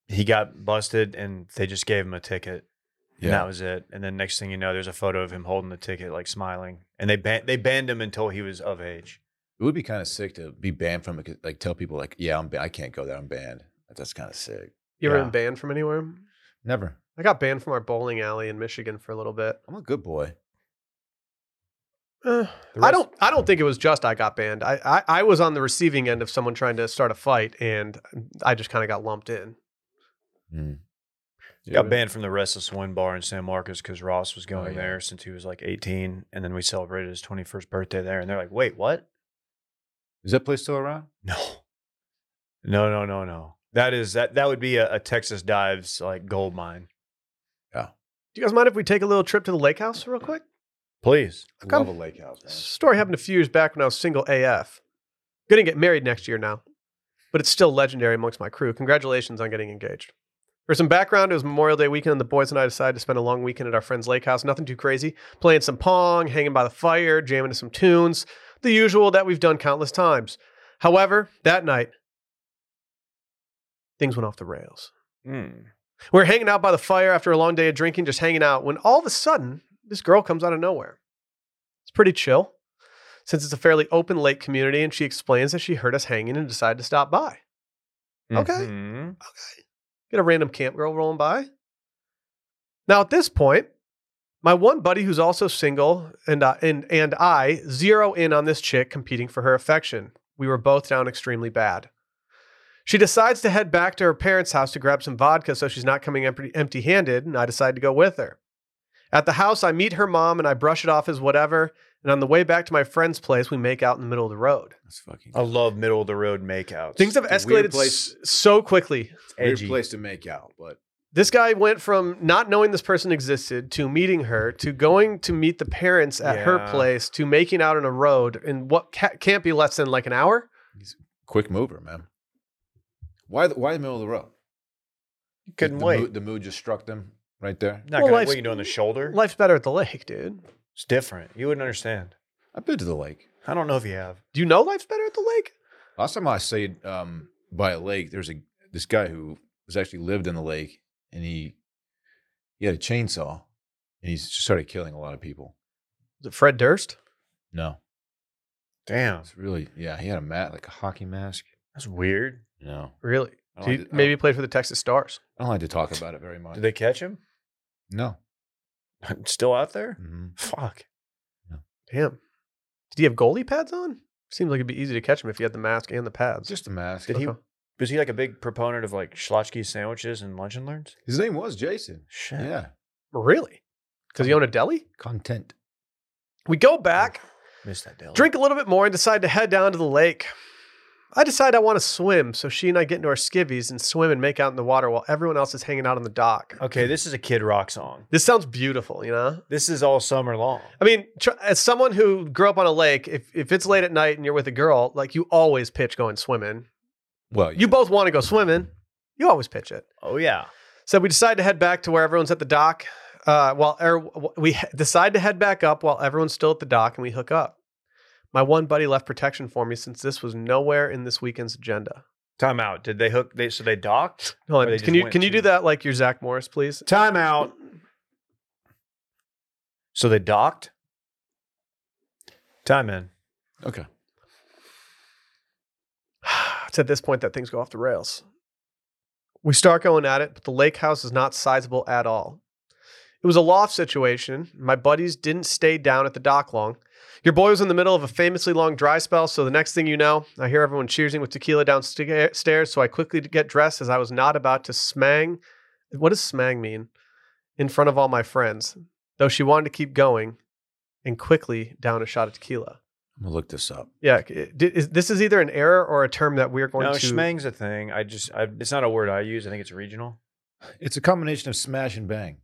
B: he got busted and they just gave him a ticket. And that was it. And then next thing you know, there's a photo of him holding the ticket, like smiling. And they ban- they banned him until he was of age.
C: It would be kind of sick to be banned from a ca- like tell people like, yeah, I'm ba- I can't go there. I'm banned. That's kind of sick.
A: You ever
B: Yeah.
A: been banned from anywhere?
C: Never.
A: I got banned from our bowling alley in Michigan for a little bit.
C: I'm a good boy.
A: Eh,
B: The
A: I
B: rest-
A: don't. I don't think it was just I got banned. I, I I was on the receiving end of someone trying to start a fight, and I just kind of got lumped in.
B: Got banned from the Restless Wind Bar in San Marcos because Ross was going
C: yeah.
B: there since he was like 18, and then we celebrated his 21st birthday there. And they're like, "Wait, what?
C: Is that place still around?
B: No, no, no, no, no. That is that. That would be a, a Texas dives like gold mine.
A: Do you guys mind if we take a little trip to the lake house real quick?
B: Please,
C: I
A: Come-
C: love a lake house, man.
A: Story happened a few years back when I was single AF. Gonna get married next year now, but it's still legendary amongst my crew. Congratulations on getting engaged. For some background, it was Memorial Day weekend, and the boys and I decided to spend a long weekend at our friend's lake house. Nothing too crazy. Playing some pong, hanging by the fire, jamming to some tunes, the usual that we've done countless times. However, that night, things went off the rails. We're hanging out by the fire after a long day of drinking, just hanging out, when all of a sudden, this girl comes out of nowhere. It's pretty chill, since it's a fairly open lake community, and she explains that she heard us hanging and decided to stop by. Okay.
B: Mhm.
A: Get a random camp girl rolling by. Now, at this point, my one buddy who's also single and, uh, and, and I zero in on this chick competing for her affection. We were both down extremely bad. She decides to head back to her parents' house to grab some vodka so she's not coming empty handed, and I decide to go with her. At the house, I meet her mom and I brush it off as whatever. And on the way back to my friend's place, we make out in the middle of the road.
C: That's fucking
B: I love middle of the road makeouts.
A: Things have
C: It's a weird
A: escalated
C: place.
A: s- so quickly.
B: It's
C: weird
B: edgy.
C: place to make out, but
A: this guy went from not knowing this person existed to meeting her to going to meet the parents at her
B: Yeah.
A: place to making out on a road in what ca- can't be less than like an hour.
C: quick mover, man. Why the, why the middle of the road?
B: You couldn't
C: the,
B: wait.
C: Mood, the mood just struck them right there.
B: Not
A: Well,
B: gonna,
A: life's-
B: what are you doing? The shoulder?
A: Life's better at the lake, dude.
B: It's different. You wouldn't understand.
C: I've been to the lake.
B: I don't know if you have.
A: Do you know life's better at the lake?
C: Last time I stayed um, by a lake, there's a this guy who was actually lived in the lake, and he he had a chainsaw, and he started killing a lot of people.
A: Is it Fred Durst?
C: No,
B: Damn,
C: it's really yeah. He had a mat like a hockey mask.
B: that's weird.
C: No,
A: Really?
C: Oh, I don't
A: He
C: like to- I
A: maybe
C: don't-
A: played for the Texas Stars.
C: I don't like to talk about it very much.
B: Did they catch him?
C: no.
B: Still out there?
C: Mhm.
B: Fuck.
A: Damn. Did he have goalie pads on? Seems like it'd be easy to catch him if he had the mask and the pads.
C: Just a mask.
B: Did he?
A: Okay.
B: Was he like a big proponent of like Schlotsky sandwiches and lunch and learns?
C: His name was Jason.
B: Shit.
C: Yeah.
A: really? Because he owned a deli?
C: Content.
A: We go back,
B: Missed that deli.
A: drink a little bit more, and decide to head down to the lake. I decide I want to swim, so she and I get into our skivvies and swim and make out in the water while everyone else is hanging out on the dock.
B: Okay, this is a Kid Rock song.
A: This sounds beautiful, you know?
B: This is all summer long.
A: I mean, tr- as someone who grew up on a lake, if, if it's late at night and you're with a girl, like you always pitch going swimming.
C: Well,
A: You
C: you
A: both want to go swimming, you always pitch it.
B: Oh yeah.
A: So we decide to head back to where everyone's at the dock. Uh, while er, we he- decide to head back up while everyone's still at the dock, and we hook up. My one buddy left protection for me since this was nowhere in this weekend's agenda.
B: Time out. Did they hook? They so they docked.
A: Hold
B: Or
A: on,
B: they
A: can
B: just
A: you
B: went
A: can you
B: to-
A: do that like your Zach Morris, please?
B: Time out. So they docked. Time in.
C: okay?
A: it's at this point that things go off the rails. We start going at it, but the lake house is not sizable at all. It was a loft situation. My buddies didn't stay down at the dock long. Your boy was in the middle of a famously long dry spell, so the next thing you know, I hear everyone cheersing with tequila downstairs, so I quickly get dressed as I was not about to smang. What does smang mean? In front of all my friends, though she wanted to keep going and quickly down a shot of tequila.
C: I'm gonna look this up.
A: Yeah, it- di- is- this is either an error or a term that we're going
B: no,
A: to.
B: schmang's a thing. I just, I, it's not a word I use. I think it's regional.
C: It's a combination of smash and bang.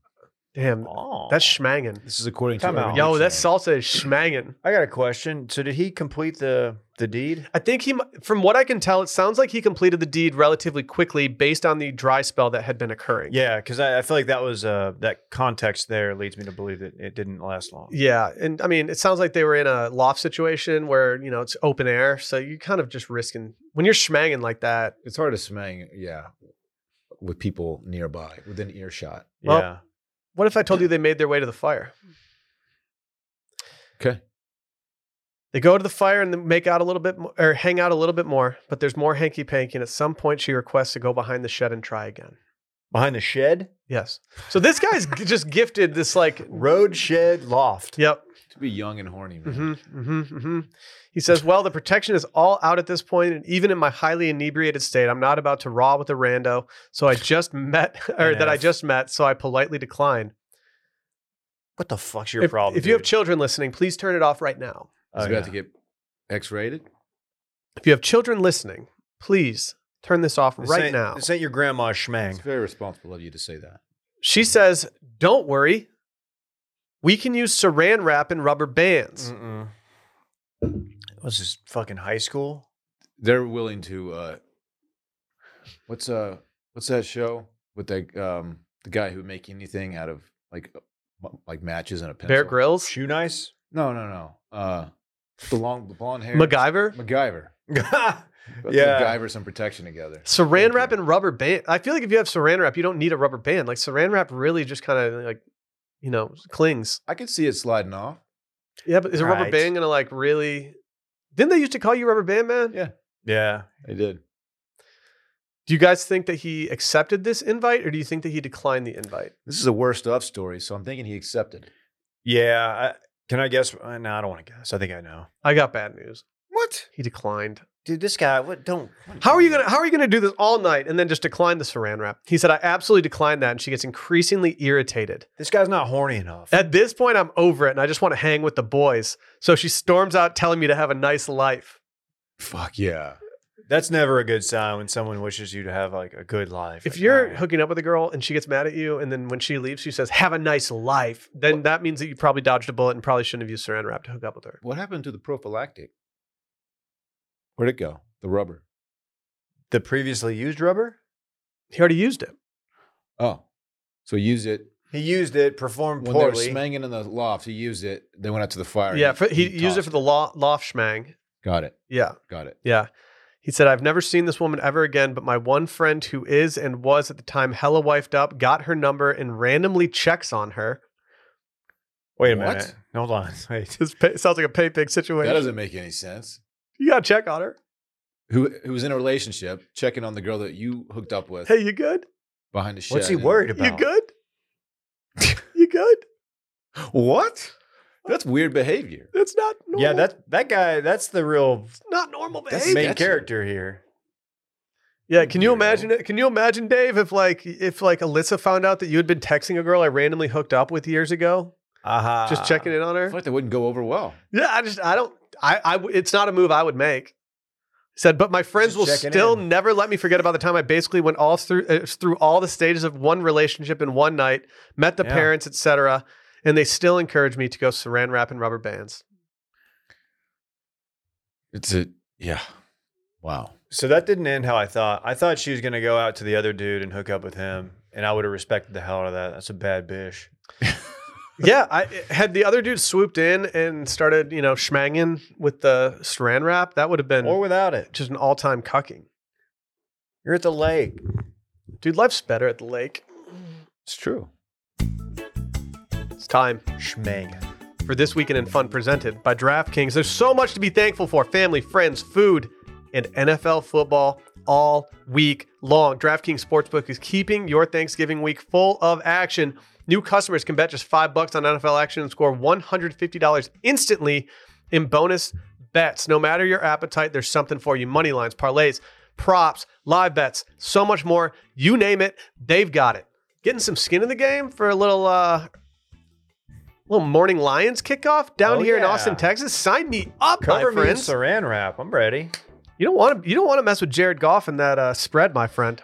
A: Damn,
B: Oh,
A: that's schmangin'.
C: This is according
B: Time
C: to
B: out.
C: Urban
A: Yo, that
C: Dictionary.
A: salsa is schmangin'.
B: I got a question. So did he complete the the deed?
A: I think he, mi- from what I can tell, it sounds like he completed the deed relatively quickly based on the dry spell that had been occurring.
B: Yeah, because I, I feel like that was uh that context there leads me to believe that it didn't last long.
A: Yeah, and I mean, it sounds like they were in a loft situation where you know it's open air, so you kind of just risking when you're schmangin' like that.
C: It's hard to smang, yeah, with people nearby, within earshot.
A: Well-
B: yeah.
A: What if I told you they made their way to the fire?
C: Okay.
A: They go to the fire and then make out a little bit mo- or hang out a little bit more, but there's more hanky panky, and at some point she requests to go behind the shed and try again.
B: Behind the shed,
A: Yes. So this guy's g- just gifted this like
B: road shed loft.
A: Yep.
C: To be young and horny, man.
B: Mm-hmm,
A: hmm hmm hmm He says, Well, the protection is all out at this point, and even in my highly inebriated state, I'm not about to raw with a rando. So I just met, or that I
B: NF.
A: just met, so I politely decline.
B: What the fuck's your
A: if,
B: problem?
A: If you have
B: dude?
A: children listening, please turn it off right now.
C: He's
B: Oh,
C: about
B: yeah.
C: to get X-rated.
A: If you have children listening, please turn this off
B: This
A: right
B: ain't-
A: now.
B: this ain't your grandma's
C: It's
B: schmang.
C: very responsible of you to say that.
A: She says, Don't worry. We can use saran wrap and rubber bands.
B: Mm-mm. Was this fucking high school?
C: They're willing to. uh What's uh What's that show with the um the guy who would make anything out of like m- like matches and a pencil?
A: Bear Grylls,
B: Shoe nice?
C: No, no, no. Uh, the long the blonde hair.
A: MacGyver,
C: MacGyver.
B: yeah.
C: Let's MacGyver some protection together.
A: Saran
C: Thank
A: wrap
C: you.
A: and rubber band. I feel like if you have saran wrap, you don't need a rubber band. Like saran wrap really just kind of like, you know, clings.
C: I could see it sliding off.
A: Yeah, but is a rubber
B: Right.
A: band gonna like really? Didn't they used to call you rubber band man?
C: Yeah.
B: Yeah.
C: It did.
A: Do you guys think that he accepted this invite, or do you think that he declined the invite?
C: This is a worst of story, so I'm thinking he accepted.
B: Yeah. I, can I guess? Uh, no, I don't want to guess. I think I know.
A: I got bad news.
B: What?
A: He declined.
B: Dude, this guy, what? Don't. what-
A: How are you gonna How are you gonna do this all night and then just decline the saran wrap? He said, "I absolutely declined that," and she gets increasingly irritated.
B: This guy's not horny enough.
A: At this point, I'm over it, and I just want to hang with the boys. So she storms out, telling me to have a nice life.
C: Fuck yeah.
B: That's never a good sign when someone wishes you to have like a good life.
A: If
B: Like,
A: you're
B: alright.
A: hooking up with a girl and she gets mad at you, and then when she leaves, she says, "Have a nice life," then that means that you probably dodged a bullet and probably shouldn't have used Saran wrap to hook up with her.
C: What happened to the prophylactic? Where'd it go? The rubber.
B: the previously used rubber,
A: He already used it.
C: Oh. So use it
B: He used it, performed
C: When
B: poorly.
C: they were smanging in the loft, he used it. They went out to the fire.
A: Yeah, for, he, used it
C: tossed
A: for the lo- loft schmang.
C: Got it.
A: Yeah,
C: Got it.
A: yeah. He said, I've never seen this woman ever again, but my one friend who is and was at the time hella wifed up got her number and randomly checks on her.
B: Wait a
C: What?
B: minute. Hold on. Wait.
A: This pay, sounds like a pay pig situation.
C: That doesn't make any sense.
A: you got to check on her.
C: Who who was in a relationship, checking on the girl that you hooked up with
A: Hey, you good?
C: behind the shed?
B: What's he
C: and-
B: worried about?
A: You good? you good?
C: What? That's weird behavior.
A: That's not normal.
B: Yeah, that that guy. That's the real
A: It's not normal
C: That's
A: behavior.
B: main
C: that's-
B: character here.
A: Yeah, can you
C: Weirdo.
A: imagine it? Can you imagine, Dave, if like if like Alyssa found out that you had been texting a girl I randomly hooked up with years ago,
B: Aha.
A: just checking in on
C: I
A: her?
C: feel like that wouldn't go over well.
A: Yeah, I just I don't I I w- it's not a move I would make. Said, but my friends
B: Just
A: will
B: checking
A: still
B: in.
A: never let me forget about the time I basically went all through uh, through all the stages of one relationship in one night, met the
B: Yeah.
A: parents, etc., and they still encourage me to go saran wrap and rubber bands.
C: It's a yeah. Wow.
B: So that didn't end how I thought. I thought she was gonna go out to the other dude and hook up with him, and I would have respected the hell out of that. That's a bad bitch.
A: yeah, I eh, had the other dude swooped in and started, you know, schmanging with the saran wrap. That would have been
B: Or without it,
A: just an all-time cucking.
B: you're at the lake.
A: Dude, life's better at the lake.
C: It's true.
A: It's time.
B: Schmang.
A: for This Weekend in Fun presented by DraftKings. There's so much to be thankful for family, friends, food, and NFL football all week long. DraftKings Sportsbook is keeping your Thanksgiving week full of action. New customers can bet just five bucks on NFL action and score $150 instantly in bonus bets. No matter your appetite, there's something for you. Money lines, parlays, props, live bets, so much more. You name it, they've got it. Getting some skin in the game for a little uh little morning lions kickoff down
B: Oh,
A: here in
B: yeah.
A: Austin, Texas. Sign me up,
B: Cover
A: my
B: me in
A: friends.
B: saran wrap. I'm ready.
A: You don't want to you don't want to mess with Jared Goff in that uh, spread, my friend.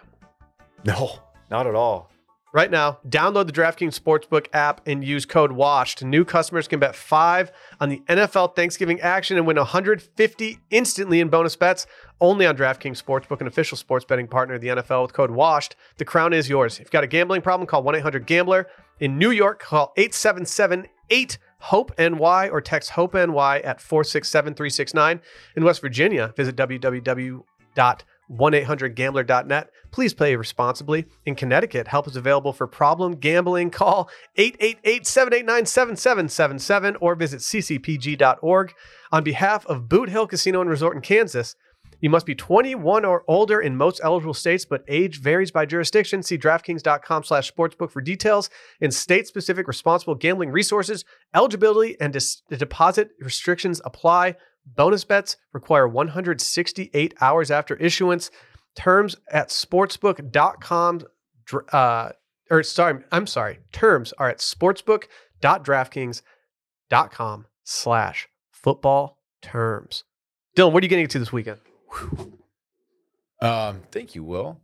B: No, not at all.
A: Right now, download the DraftKings Sportsbook app and use code WATCHED. New customers can bet five on the NFL Thanksgiving action and win 150 instantly in bonus bets only on DraftKings Sportsbook, an official sports betting partner of the NFL with code WASHED. The crown is yours. If you've got a gambling problem, call 1 800 Gambler. In New York, call 877 8 HOPE NY or text HOPE NY at 467 369. In West Virginia, visit www 1-800-GAMBLER.net. Please play responsibly. In Connecticut, help is available for problem gambling. Call 888-789-7777 or visit ccpg.org. On behalf of Boot Hill Casino and Resort in Kansas, you must be 21 or older in most eligible states, but age varies by jurisdiction. See DraftKings.com slash sportsbook for details and state-specific responsible gambling resources. Eligibility and dis- deposit restrictions apply. Bonus bets require 168 hours after issuance. Terms at sportsbook.com. dr- Uh, or sorry, I'm sorry. Terms are at sportsbook.draftkings.com slash football terms. Dylan, what are you getting into this weekend?
C: Um, thank you, Will.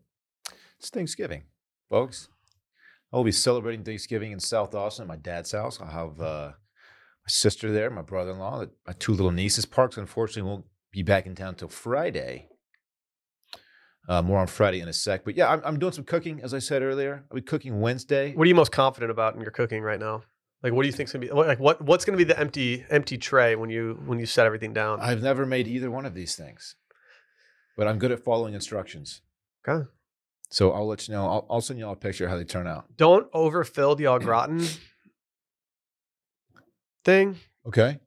C: It's Thanksgiving, folks. I will be celebrating Thanksgiving in South Austin at my dad's house. I'll have uh, my sister there, my brother in law, my two little nieces. Parks, unfortunately, won't be back in town till Friday. Uh, more on Friday in a sec. But yeah, I'm, I'm doing some cooking, as I said earlier. I'll be cooking Wednesday.
A: What are you most confident about in your cooking right now? Like, what do you think's gonna be what- like? What what's gonna be the empty empty tray when you when you set everything down?
C: I've never made either one of these things, but I'm good at following instructions.
A: Okay.
C: So I'll let you know. I'll, I'll send y'all a picture of how they turn out.
A: Don't overfill the au gratin thing.
C: Okay.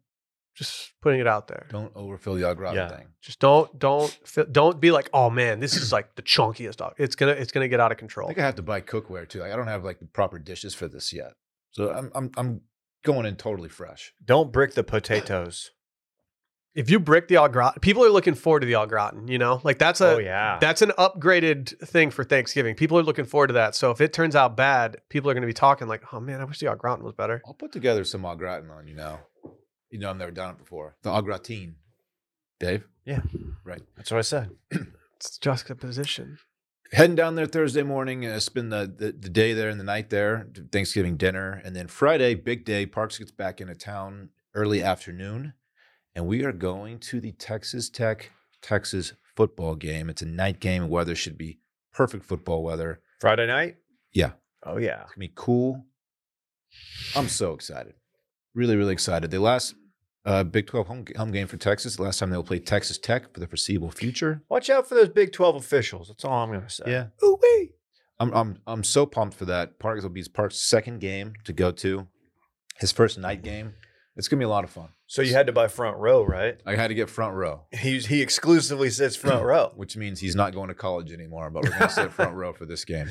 A: Just putting it out there.
C: Don't overfill the au gratin
B: Yeah.
C: thing.
A: Just don't don't fi- don't be like, oh man, this is like the chunkiest dog. It's gonna it's gonna get out of
C: I
A: control.
C: think I have to buy cookware too. Like, I don't have like the proper dishes for this yet, so I'm I'm I'm going in totally fresh.
B: Don't brick the potatoes.
A: If you brick the au gratin, people are looking forward to the au gratin. You know, like that's a
B: oh yeah.
A: that's an upgraded thing for Thanksgiving. People are looking forward to that. So if it turns out bad, people are gonna be talking like, oh man, I wish the au gratin was better.
C: I'll put together some au gratin on you now. You know I've never done it before. The au gratin, Dave.
B: that's what I said.
A: It's just a position.
C: Heading down there Thursday morning. Uh, spend the, the the day there and the night there. Thanksgiving dinner, and then Friday, big day. Parks gets back into town early afternoon, and we are going to the Texas Tech Texas football game. It's a night game. Weather should be perfect football weather.
B: Friday night.
C: Yeah.
B: Oh yeah.
C: It's gonna be cool. I'm so excited. Really, really excited. The last uh, Big 12 home, home game for Texas, the last time they will play Texas Tech for the foreseeable future.
B: Watch out for those Big 12 officials. That's all I'm going to say.
C: Yeah.
A: Ooh wee.
C: I'm I'm I'm so pumped for that. Parks will be his Parks' second game to go to, his first night
B: Mm-hmm.
C: game. It's gonna be a lot of fun.
B: So you had to buy front row, right?
C: I had to get front row,
B: He, he exclusively sits
C: Mm-hmm.
B: front row.
C: which means he's not going to college anymore. But we're gonna sit front row for this game.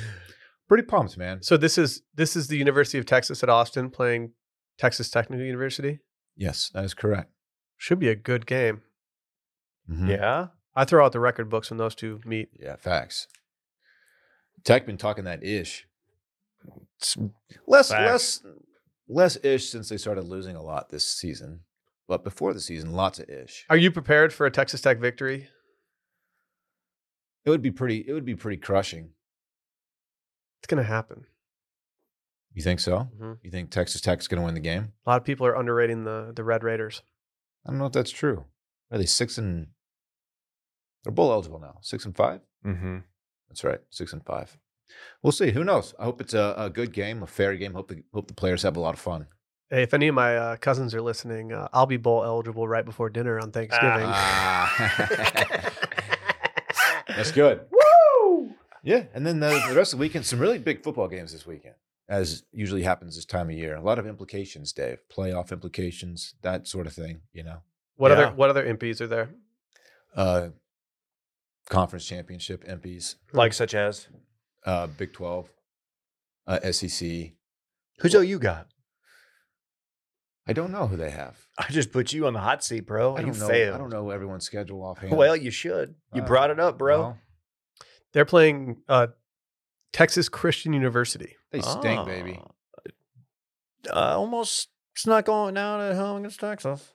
C: Pretty pumped, man.
A: So this is this is the University of Texas at Austin playing Texas Technical University.
C: Yes, that is correct.
A: Should be a good game.
C: Mhm.
B: Yeah.
A: I throw out the record books when those two meet.
C: yeah, facts. Tech been talking that ish,
B: It's-
C: less
B: Facts.
C: less less ish since they started losing a lot this season. But before the season, lots of ish.
A: Are you prepared for a Texas Tech victory?
C: It would be pretty. It would be pretty crushing.
A: It's gonna happen.
C: You think so?
A: Mhm.
C: You think Texas Tech's going to win the game?
A: A lot of people are underrating the the Red Raiders.
C: I don't know if that's true. Are they six and? They're bowl eligible now. Six and five.
B: Mhm.
C: That's right. Six and five. We'll see. Who knows? I hope it's a, a good game, a fair game. Hope the hope the players have a lot of fun.
A: Hey, if any of my uh, cousins are listening, uh, I'll be bowl eligible right before dinner on Thanksgiving.
C: Ah. that's good.
B: Woo!
C: Yeah, and then the, the rest of the weekend, some really big football games this weekend, as usually happens this time of year. A lot of implications, Dave. Playoff implications, that sort of thing. You know.
A: what
B: yeah.
A: other what other impies are there?
C: uh, conference championship MPs,
B: Like such as?
C: uh, Big 12, uh, SEC.
B: Who's all you got?
C: I don't know who they have.
B: I just put you on the hot seat, bro. Oh,
C: I
B: you
C: don't know.
B: failed.
C: I don't know everyone's schedule offhand.
B: Well, you should. You
C: Uh,
B: brought it up, bro.
C: Well,
A: They're playing uh, Texas Christian University.
C: they stink, baby.
B: Ah. Uh, almost snuck on out at home against Texas.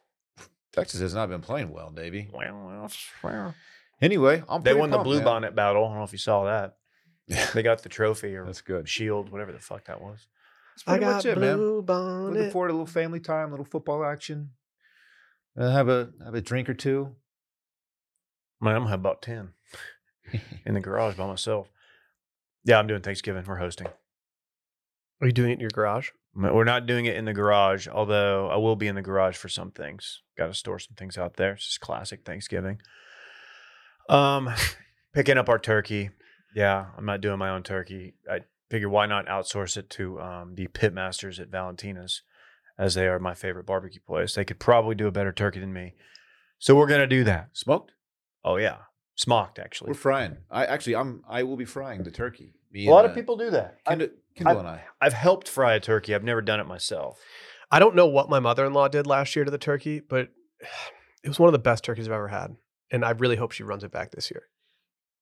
C: Texas has not been playing well, baby.
B: Well, that's fair.
C: Anyway, I'm
B: They
C: pretty
B: won the
C: pumped,
B: blue
C: man.
B: bonnet battle. I don't know if you saw that. They got the trophy or
C: That's good.
B: shield, whatever the fuck that was.
C: That's pretty much it, man.
A: bonnet.
C: Looking forward to a little family time, a little football action. Uh, have a have a drink or two.
B: Man, I'm gonna have about ten in the garage by myself. Yeah, I'm doing Thanksgiving. We're hosting.
A: Are you doing it in your garage?
B: M- We're not doing it in the garage, although I will be in the garage for some things. Got to store some things out there. It's just classic Thanksgiving. Um, picking up our turkey. Yeah, I'm not doing my own turkey. I figure why not outsource it to um, the pitmasters at Valentina's, as they are my favorite barbecue place. They could probably do a better turkey than me, so we're gonna do that.
C: Smoked?
B: Oh yeah, smocked actually.
C: We're frying. I actually I'm I will be frying the turkey. Me
B: a lot
C: and,
B: of
C: uh,
B: people do that. I-
C: Kendall, Kendall and I.
B: I've helped fry a turkey. I've never done it myself.
A: I don't know what my mother in law did last year to the turkey, but it was one of the best turkeys I've ever had. And I really hope she runs it back this year.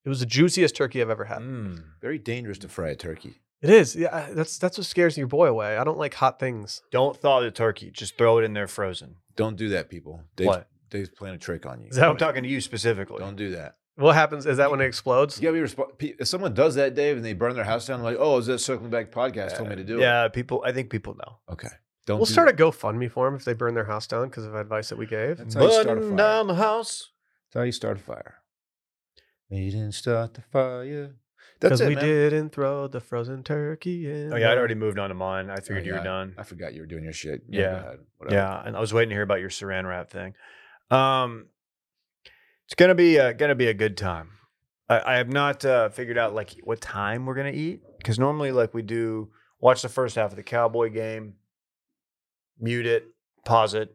A: It was the juiciest turkey I've ever had.
B: Mm. Hmm.
C: Very dangerous to fry a turkey.
A: It is. Yeah, I- that's that's what scares your boy away. I don't like hot things.
B: Don't thaw the turkey. Just throw it in there frozen.
C: Don't do that, people. Dave's,
B: What?
C: Dave's playing a trick on you.
A: Is that
B: I'm talking to you specifically.
C: Don't do that.
A: What happens? Is that when it explodes?
C: You gotta be resp- pe- If someone does that, Dave, and they burn their house down, like, oh, is that Circling Back podcast told me to do it?
B: Yeah, people. I think people know.
C: Okay. Don't.
A: We'll
C: do
A: start a
C: that.
A: GoFundMe for them if they burn their house down because of advice that we gave.
C: That's how you start a
B: Burning
C: fire.
B: down the house.
C: That's how you start a fire. They didn't start the fire.
A: Because
C: That's it,
A: we
C: man.
A: didn't throw the frozen turkey in.
B: Oh yeah, I'd
A: the-
B: already moved on to mine. I
C: Oh,
B: figured you
C: yeah,
B: were done.
C: I forgot you were doing your shit.
B: Yeah.
C: go ahead. Whatever.
B: Yeah, and I was waiting to hear about your saran wrap thing. Um, it's gonna be uh, gonna be a good time. I, I have not uh, figured out like what time we're gonna eat because normally like we do watch the first half of the cowboy game, mute it, pause it.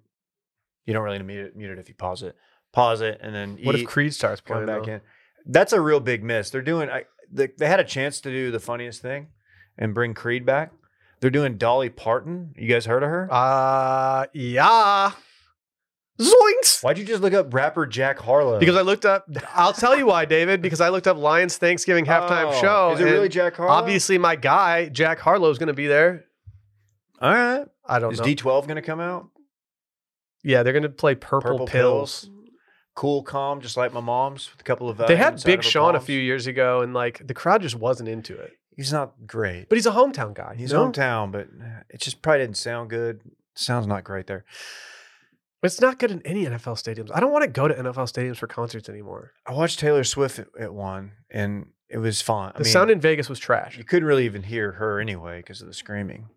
B: You don't really need to mute it, mute it if you pause it, pause it, and then
A: What
B: eat,
A: if Creed starts
B: come
A: playing?
B: back
A: though?
B: in. That's a real big miss. They're doing. I, they, they had a chance to do the funniest thing and bring Creed back. They're doing Dolly Parton. You guys heard of her?
A: Uh, yeah. Zoinks!
B: Why'd you just look up rapper Jack Harlow?
A: Because I looked up, I'll tell you why, David, because I looked up Lions Thanksgiving halftime
B: Oh,
A: show.
B: Is it really
A: and
B: Jack Harlow?
A: obviously, my guy, Jack Harlow, is going to be there.
B: All right.
A: I don't
B: Is
A: know.
B: D12 going to come out?
A: yeah, they're going to play Purple, Pills.
B: Cool, calm, just like my mom's with a couple of. uh,
A: They had
B: inside of
A: Big
B: her
A: Sean a
B: palms.
A: few years ago, and like the crowd just wasn't into it.
B: He's not great.
A: But he's a hometown guy.
B: He's
A: you know?
B: hometown, but uh, it just probably didn't sound good. Sounds not great there.
A: It's not good in any NFL stadiums. I don't want to go to NFL stadiums for concerts anymore.
B: I watched Taylor Swift at, at one, and it was fun. I
A: The
B: mean,
A: sound in Vegas was trash.
B: you couldn't really even hear her anyway because of the screaming.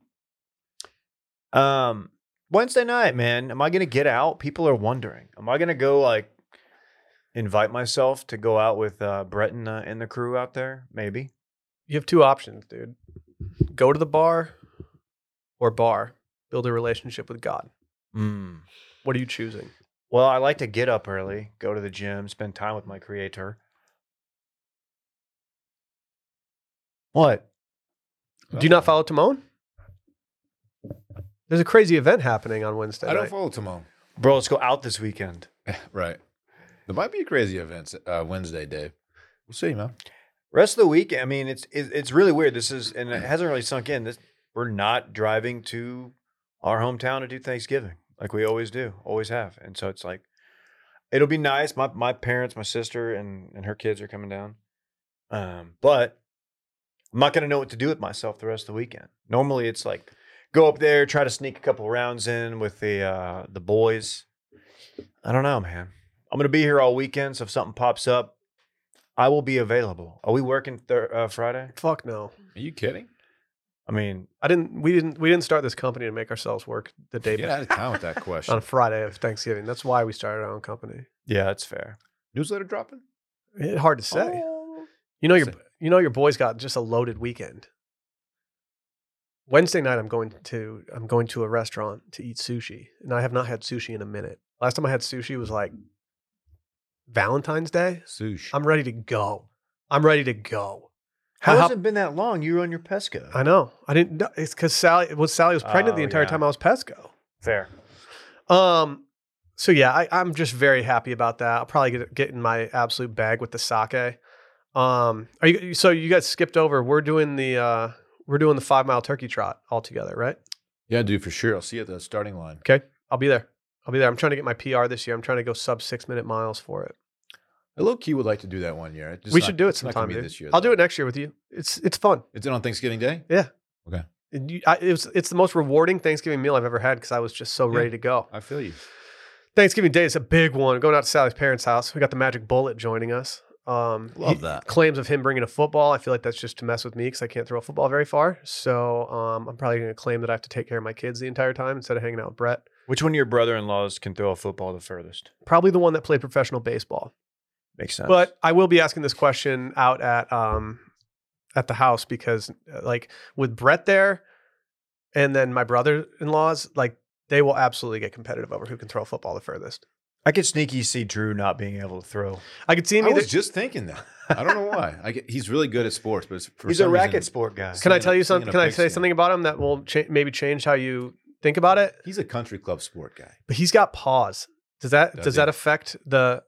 B: Um, Wednesday night, man, am I gonna get out? People are wondering. Am I gonna go like invite myself to go out with uh, Brett and, uh, and the crew out there? Maybe.
A: You have two options, dude. Go to the bar or bar. Build a relationship with God.
B: Mm.
A: What are you choosing?
B: Well, I like to get up early, go to the gym, spend time with my creator. What?
A: Do you not follow Timon? There's a crazy event happening on Wednesday.
C: I don't
A: night.
C: follow Timon.
B: Bro, let's go out this weekend.
C: Right. There might be a crazy event uh, Wednesday, Dave. We'll see, man.
B: Rest of the week, I mean, it's it, it's really weird. This is and it hasn't really sunk in. This we're not driving to our hometown to do Thanksgiving like we always do, always have, and so it's like it'll be nice. My my parents, my sister, and and her kids are coming down, um, but I'm not gonna know what to do with myself the rest of the weekend. Normally, it's like go up there, try to sneak a couple rounds in with the uh, the boys. I don't know, man. I'm gonna be here all weekend, so if something pops up, I will be available. Are we working thir- uh, Friday?
A: Fuck no.
C: Are you kidding?
B: I mean,
A: I didn't. We didn't. We didn't start this company to make ourselves work the day
C: Get out of town with that question.
A: on Friday of Thanksgiving. That's why we started our own company.
B: yeah, that's fair.
C: Newsletter dropping?
A: It, hard to
B: Oh.
A: say.
B: Um,
A: you know your.
B: say.
A: You know your boys got just a loaded weekend. Wednesday night, I'm going to. I'm going to a restaurant to eat sushi, and I have not had sushi in a minute. Last time I had sushi was like Valentine's Day.
C: Sush.
A: I'm ready to go. I'm ready to go.
B: How
A: I
B: has
A: hop-
B: it been that long? You were on your Pesco.
A: I know. I didn't. know. It's because Sally was Sally was pregnant the
B: Oh,
A: entire
B: yeah.
A: time I was Pesco.
B: fair.
A: Um. So yeah, I, I'm just very happy about that. I'll probably get get in my absolute bag with the sake. Um. Are you? So you guys skipped over. We're doing the. uh We're doing the five mile turkey trot all together, right?
C: Yeah, dude, for sure. I'll see you at the starting line.
A: I'll be there. I'll be there. I'm trying to get my PR this year. I'm trying to go sub six minute miles for it.
C: I low key would like to do that one year. It's just
A: we
C: not-
A: should do it
C: it's not gonna
A: sometime,
C: be
A: dude.
C: This year,
A: I'll do
C: though.
A: it next year with you. It's it's fun.
C: Is it on Thanksgiving Day?
A: And you- I- it was, it's the most rewarding Thanksgiving meal I've ever had because I was just so
C: Yeah.
A: ready to go.
C: I feel you.
A: Thanksgiving Day is a big one. Going out to Sally's parents' house. We got the Magic Bullet joining us. Um,
D: Love
A: he-
D: that.
A: Claims of him bringing a football. I feel like that's just to mess with me because I can't throw a football very far. So um, I'm probably going to claim that I have to take care of my kids the entire time instead of hanging out with Brett.
B: Which one of your brother-in-laws can throw a football the furthest?
A: Probably the one that played professional baseball.
B: Makes sense.
A: But I will be asking this question out at um, at the house because uh, like with Brett there, and then my brother-in-laws, like they will absolutely get competitive over who can throw a football the furthest.
B: I could sneaky see Drew not being able to throw.
A: I could see
C: I
A: him either.
C: was just thinking that. I don't know why. I get, he's really good at sports, but it's for
B: He's a
C: some
B: racket
C: reason-
B: sport guy.
A: Can I
C: Singing a-
A: tell you
C: singing
A: something?
C: a
A: Can I
C: pig
A: say
C: singing.
A: something about him that will cha- maybe change how you think about it?
C: He's a country club sport guy.
A: But he's got paws. Does that
C: Does
A: does
C: he?
A: that affect the?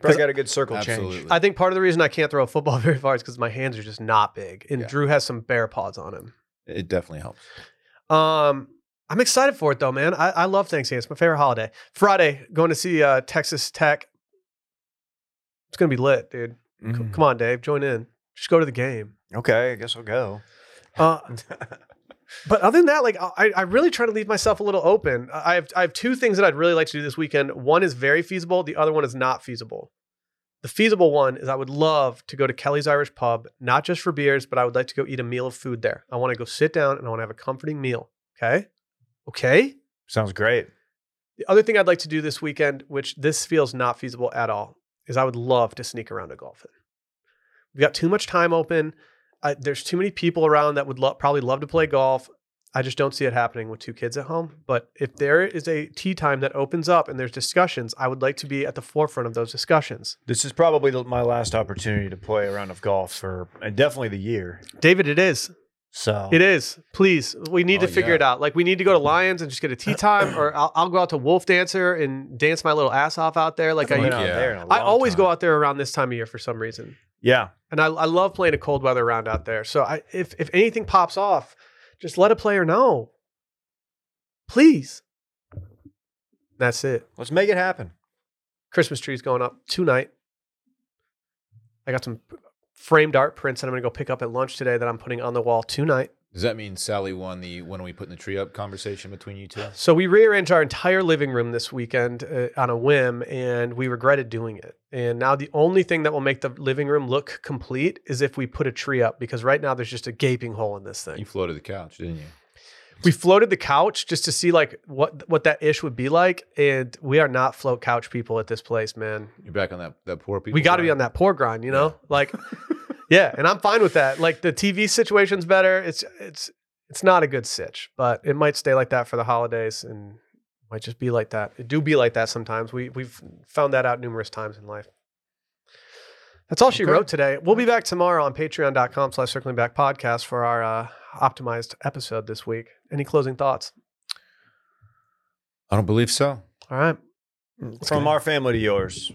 B: Probably got a good circle
C: Absolutely.
B: change.
A: I think part of the reason I can't throw a football very far is because my hands are just not big, and
C: Yeah.
A: Drew has some bear paws on him.
C: It definitely helps.
A: Um, I'm excited for it though, man. I, I love Thanksgiving. It's my favorite holiday. Friday, going to see uh, Texas Tech. It's gonna be lit, dude. C-
B: Mm.
A: Come on, Dave, join in. Just go to the game.
B: Okay, I guess I'll go.
A: Uh, but other than that, like I, I really try to leave myself a little open. I I have I have two things that I'd really like to do this weekend. One is very feasible. The other one is not feasible. The feasible one is I would love to go to Kelly's Irish Pub, not just for beers, but I would like to go eat a meal of food there. I want to go sit down and I want to have a comforting meal. Okay, okay.
B: Sounds great.
A: The other thing I'd like to do this weekend, which this feels not feasible at all, is I would love to sneak around to golfing. We've got too much time open. I, there's too many people around that would lo- probably love to play golf. I just don't see it happening with two kids at home. But if there is a tea time that opens up and there's discussions, I would like to be at the forefront of those discussions.
B: This is probably the- my last opportunity to play a round of golf for and definitely the year.
A: David, it is.
B: So
A: It is. Please, we need
C: Oh,
A: to figure
C: yeah.
A: it out. Like, we need to go to Lions and just get a tea time, or I'll, I'll go out to Wolf Dancer and dance my little ass off out there. Like,
B: Been
A: I,
C: Fuck
B: out
C: yeah.
B: there in a
A: I
B: long
A: always
B: time.
A: go out there around this time of year for some reason.
B: Yeah,
A: and I, I love playing a cold weather round out there. So I, if if anything pops off, just let a player know, please. That's it.
B: let's make it happen.
A: Christmas tree's going up tonight. I got some framed art prints that I'm gonna go pick up at lunch today that I'm putting on the wall tonight.
C: Does that mean Sally won the when are we putting the tree up conversation between you two?
A: So we rearranged our entire living room this weekend uh, on a whim, and we regretted doing it. And now the only thing that will make the living room look complete is if we put a tree up, because right now there's just a gaping hole in this thing.
C: You floated the couch, didn't you?
A: we floated the couch just to see like what what that ish would be like, and we are not float couch people at this place, man.
C: You're back on that that poor people.
A: we got to be
C: grind.
A: on that poor grind, you know? Like yeah, and I'm fine with that. Like the TV situation's better. It's it's it's not a good sitch, but it might stay like that for the holidays and might just be like that. It do be like that sometimes. We we've found that out numerous times in life. That's all she
C: Okay.
A: wrote today. We'll be back tomorrow on patreon.com slash circling back podcast for our uh, optimized episode this week. Any closing thoughts?
C: I don't believe so.
A: All right.
B: From our family to yours.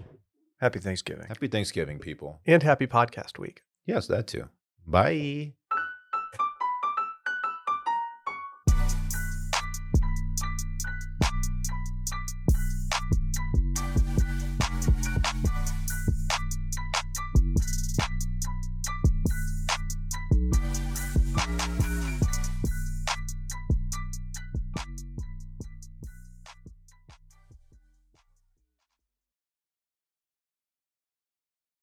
B: Happy Thanksgiving.
C: Happy Thanksgiving, people.
A: And happy podcast week.
C: Yes, that too. Bye.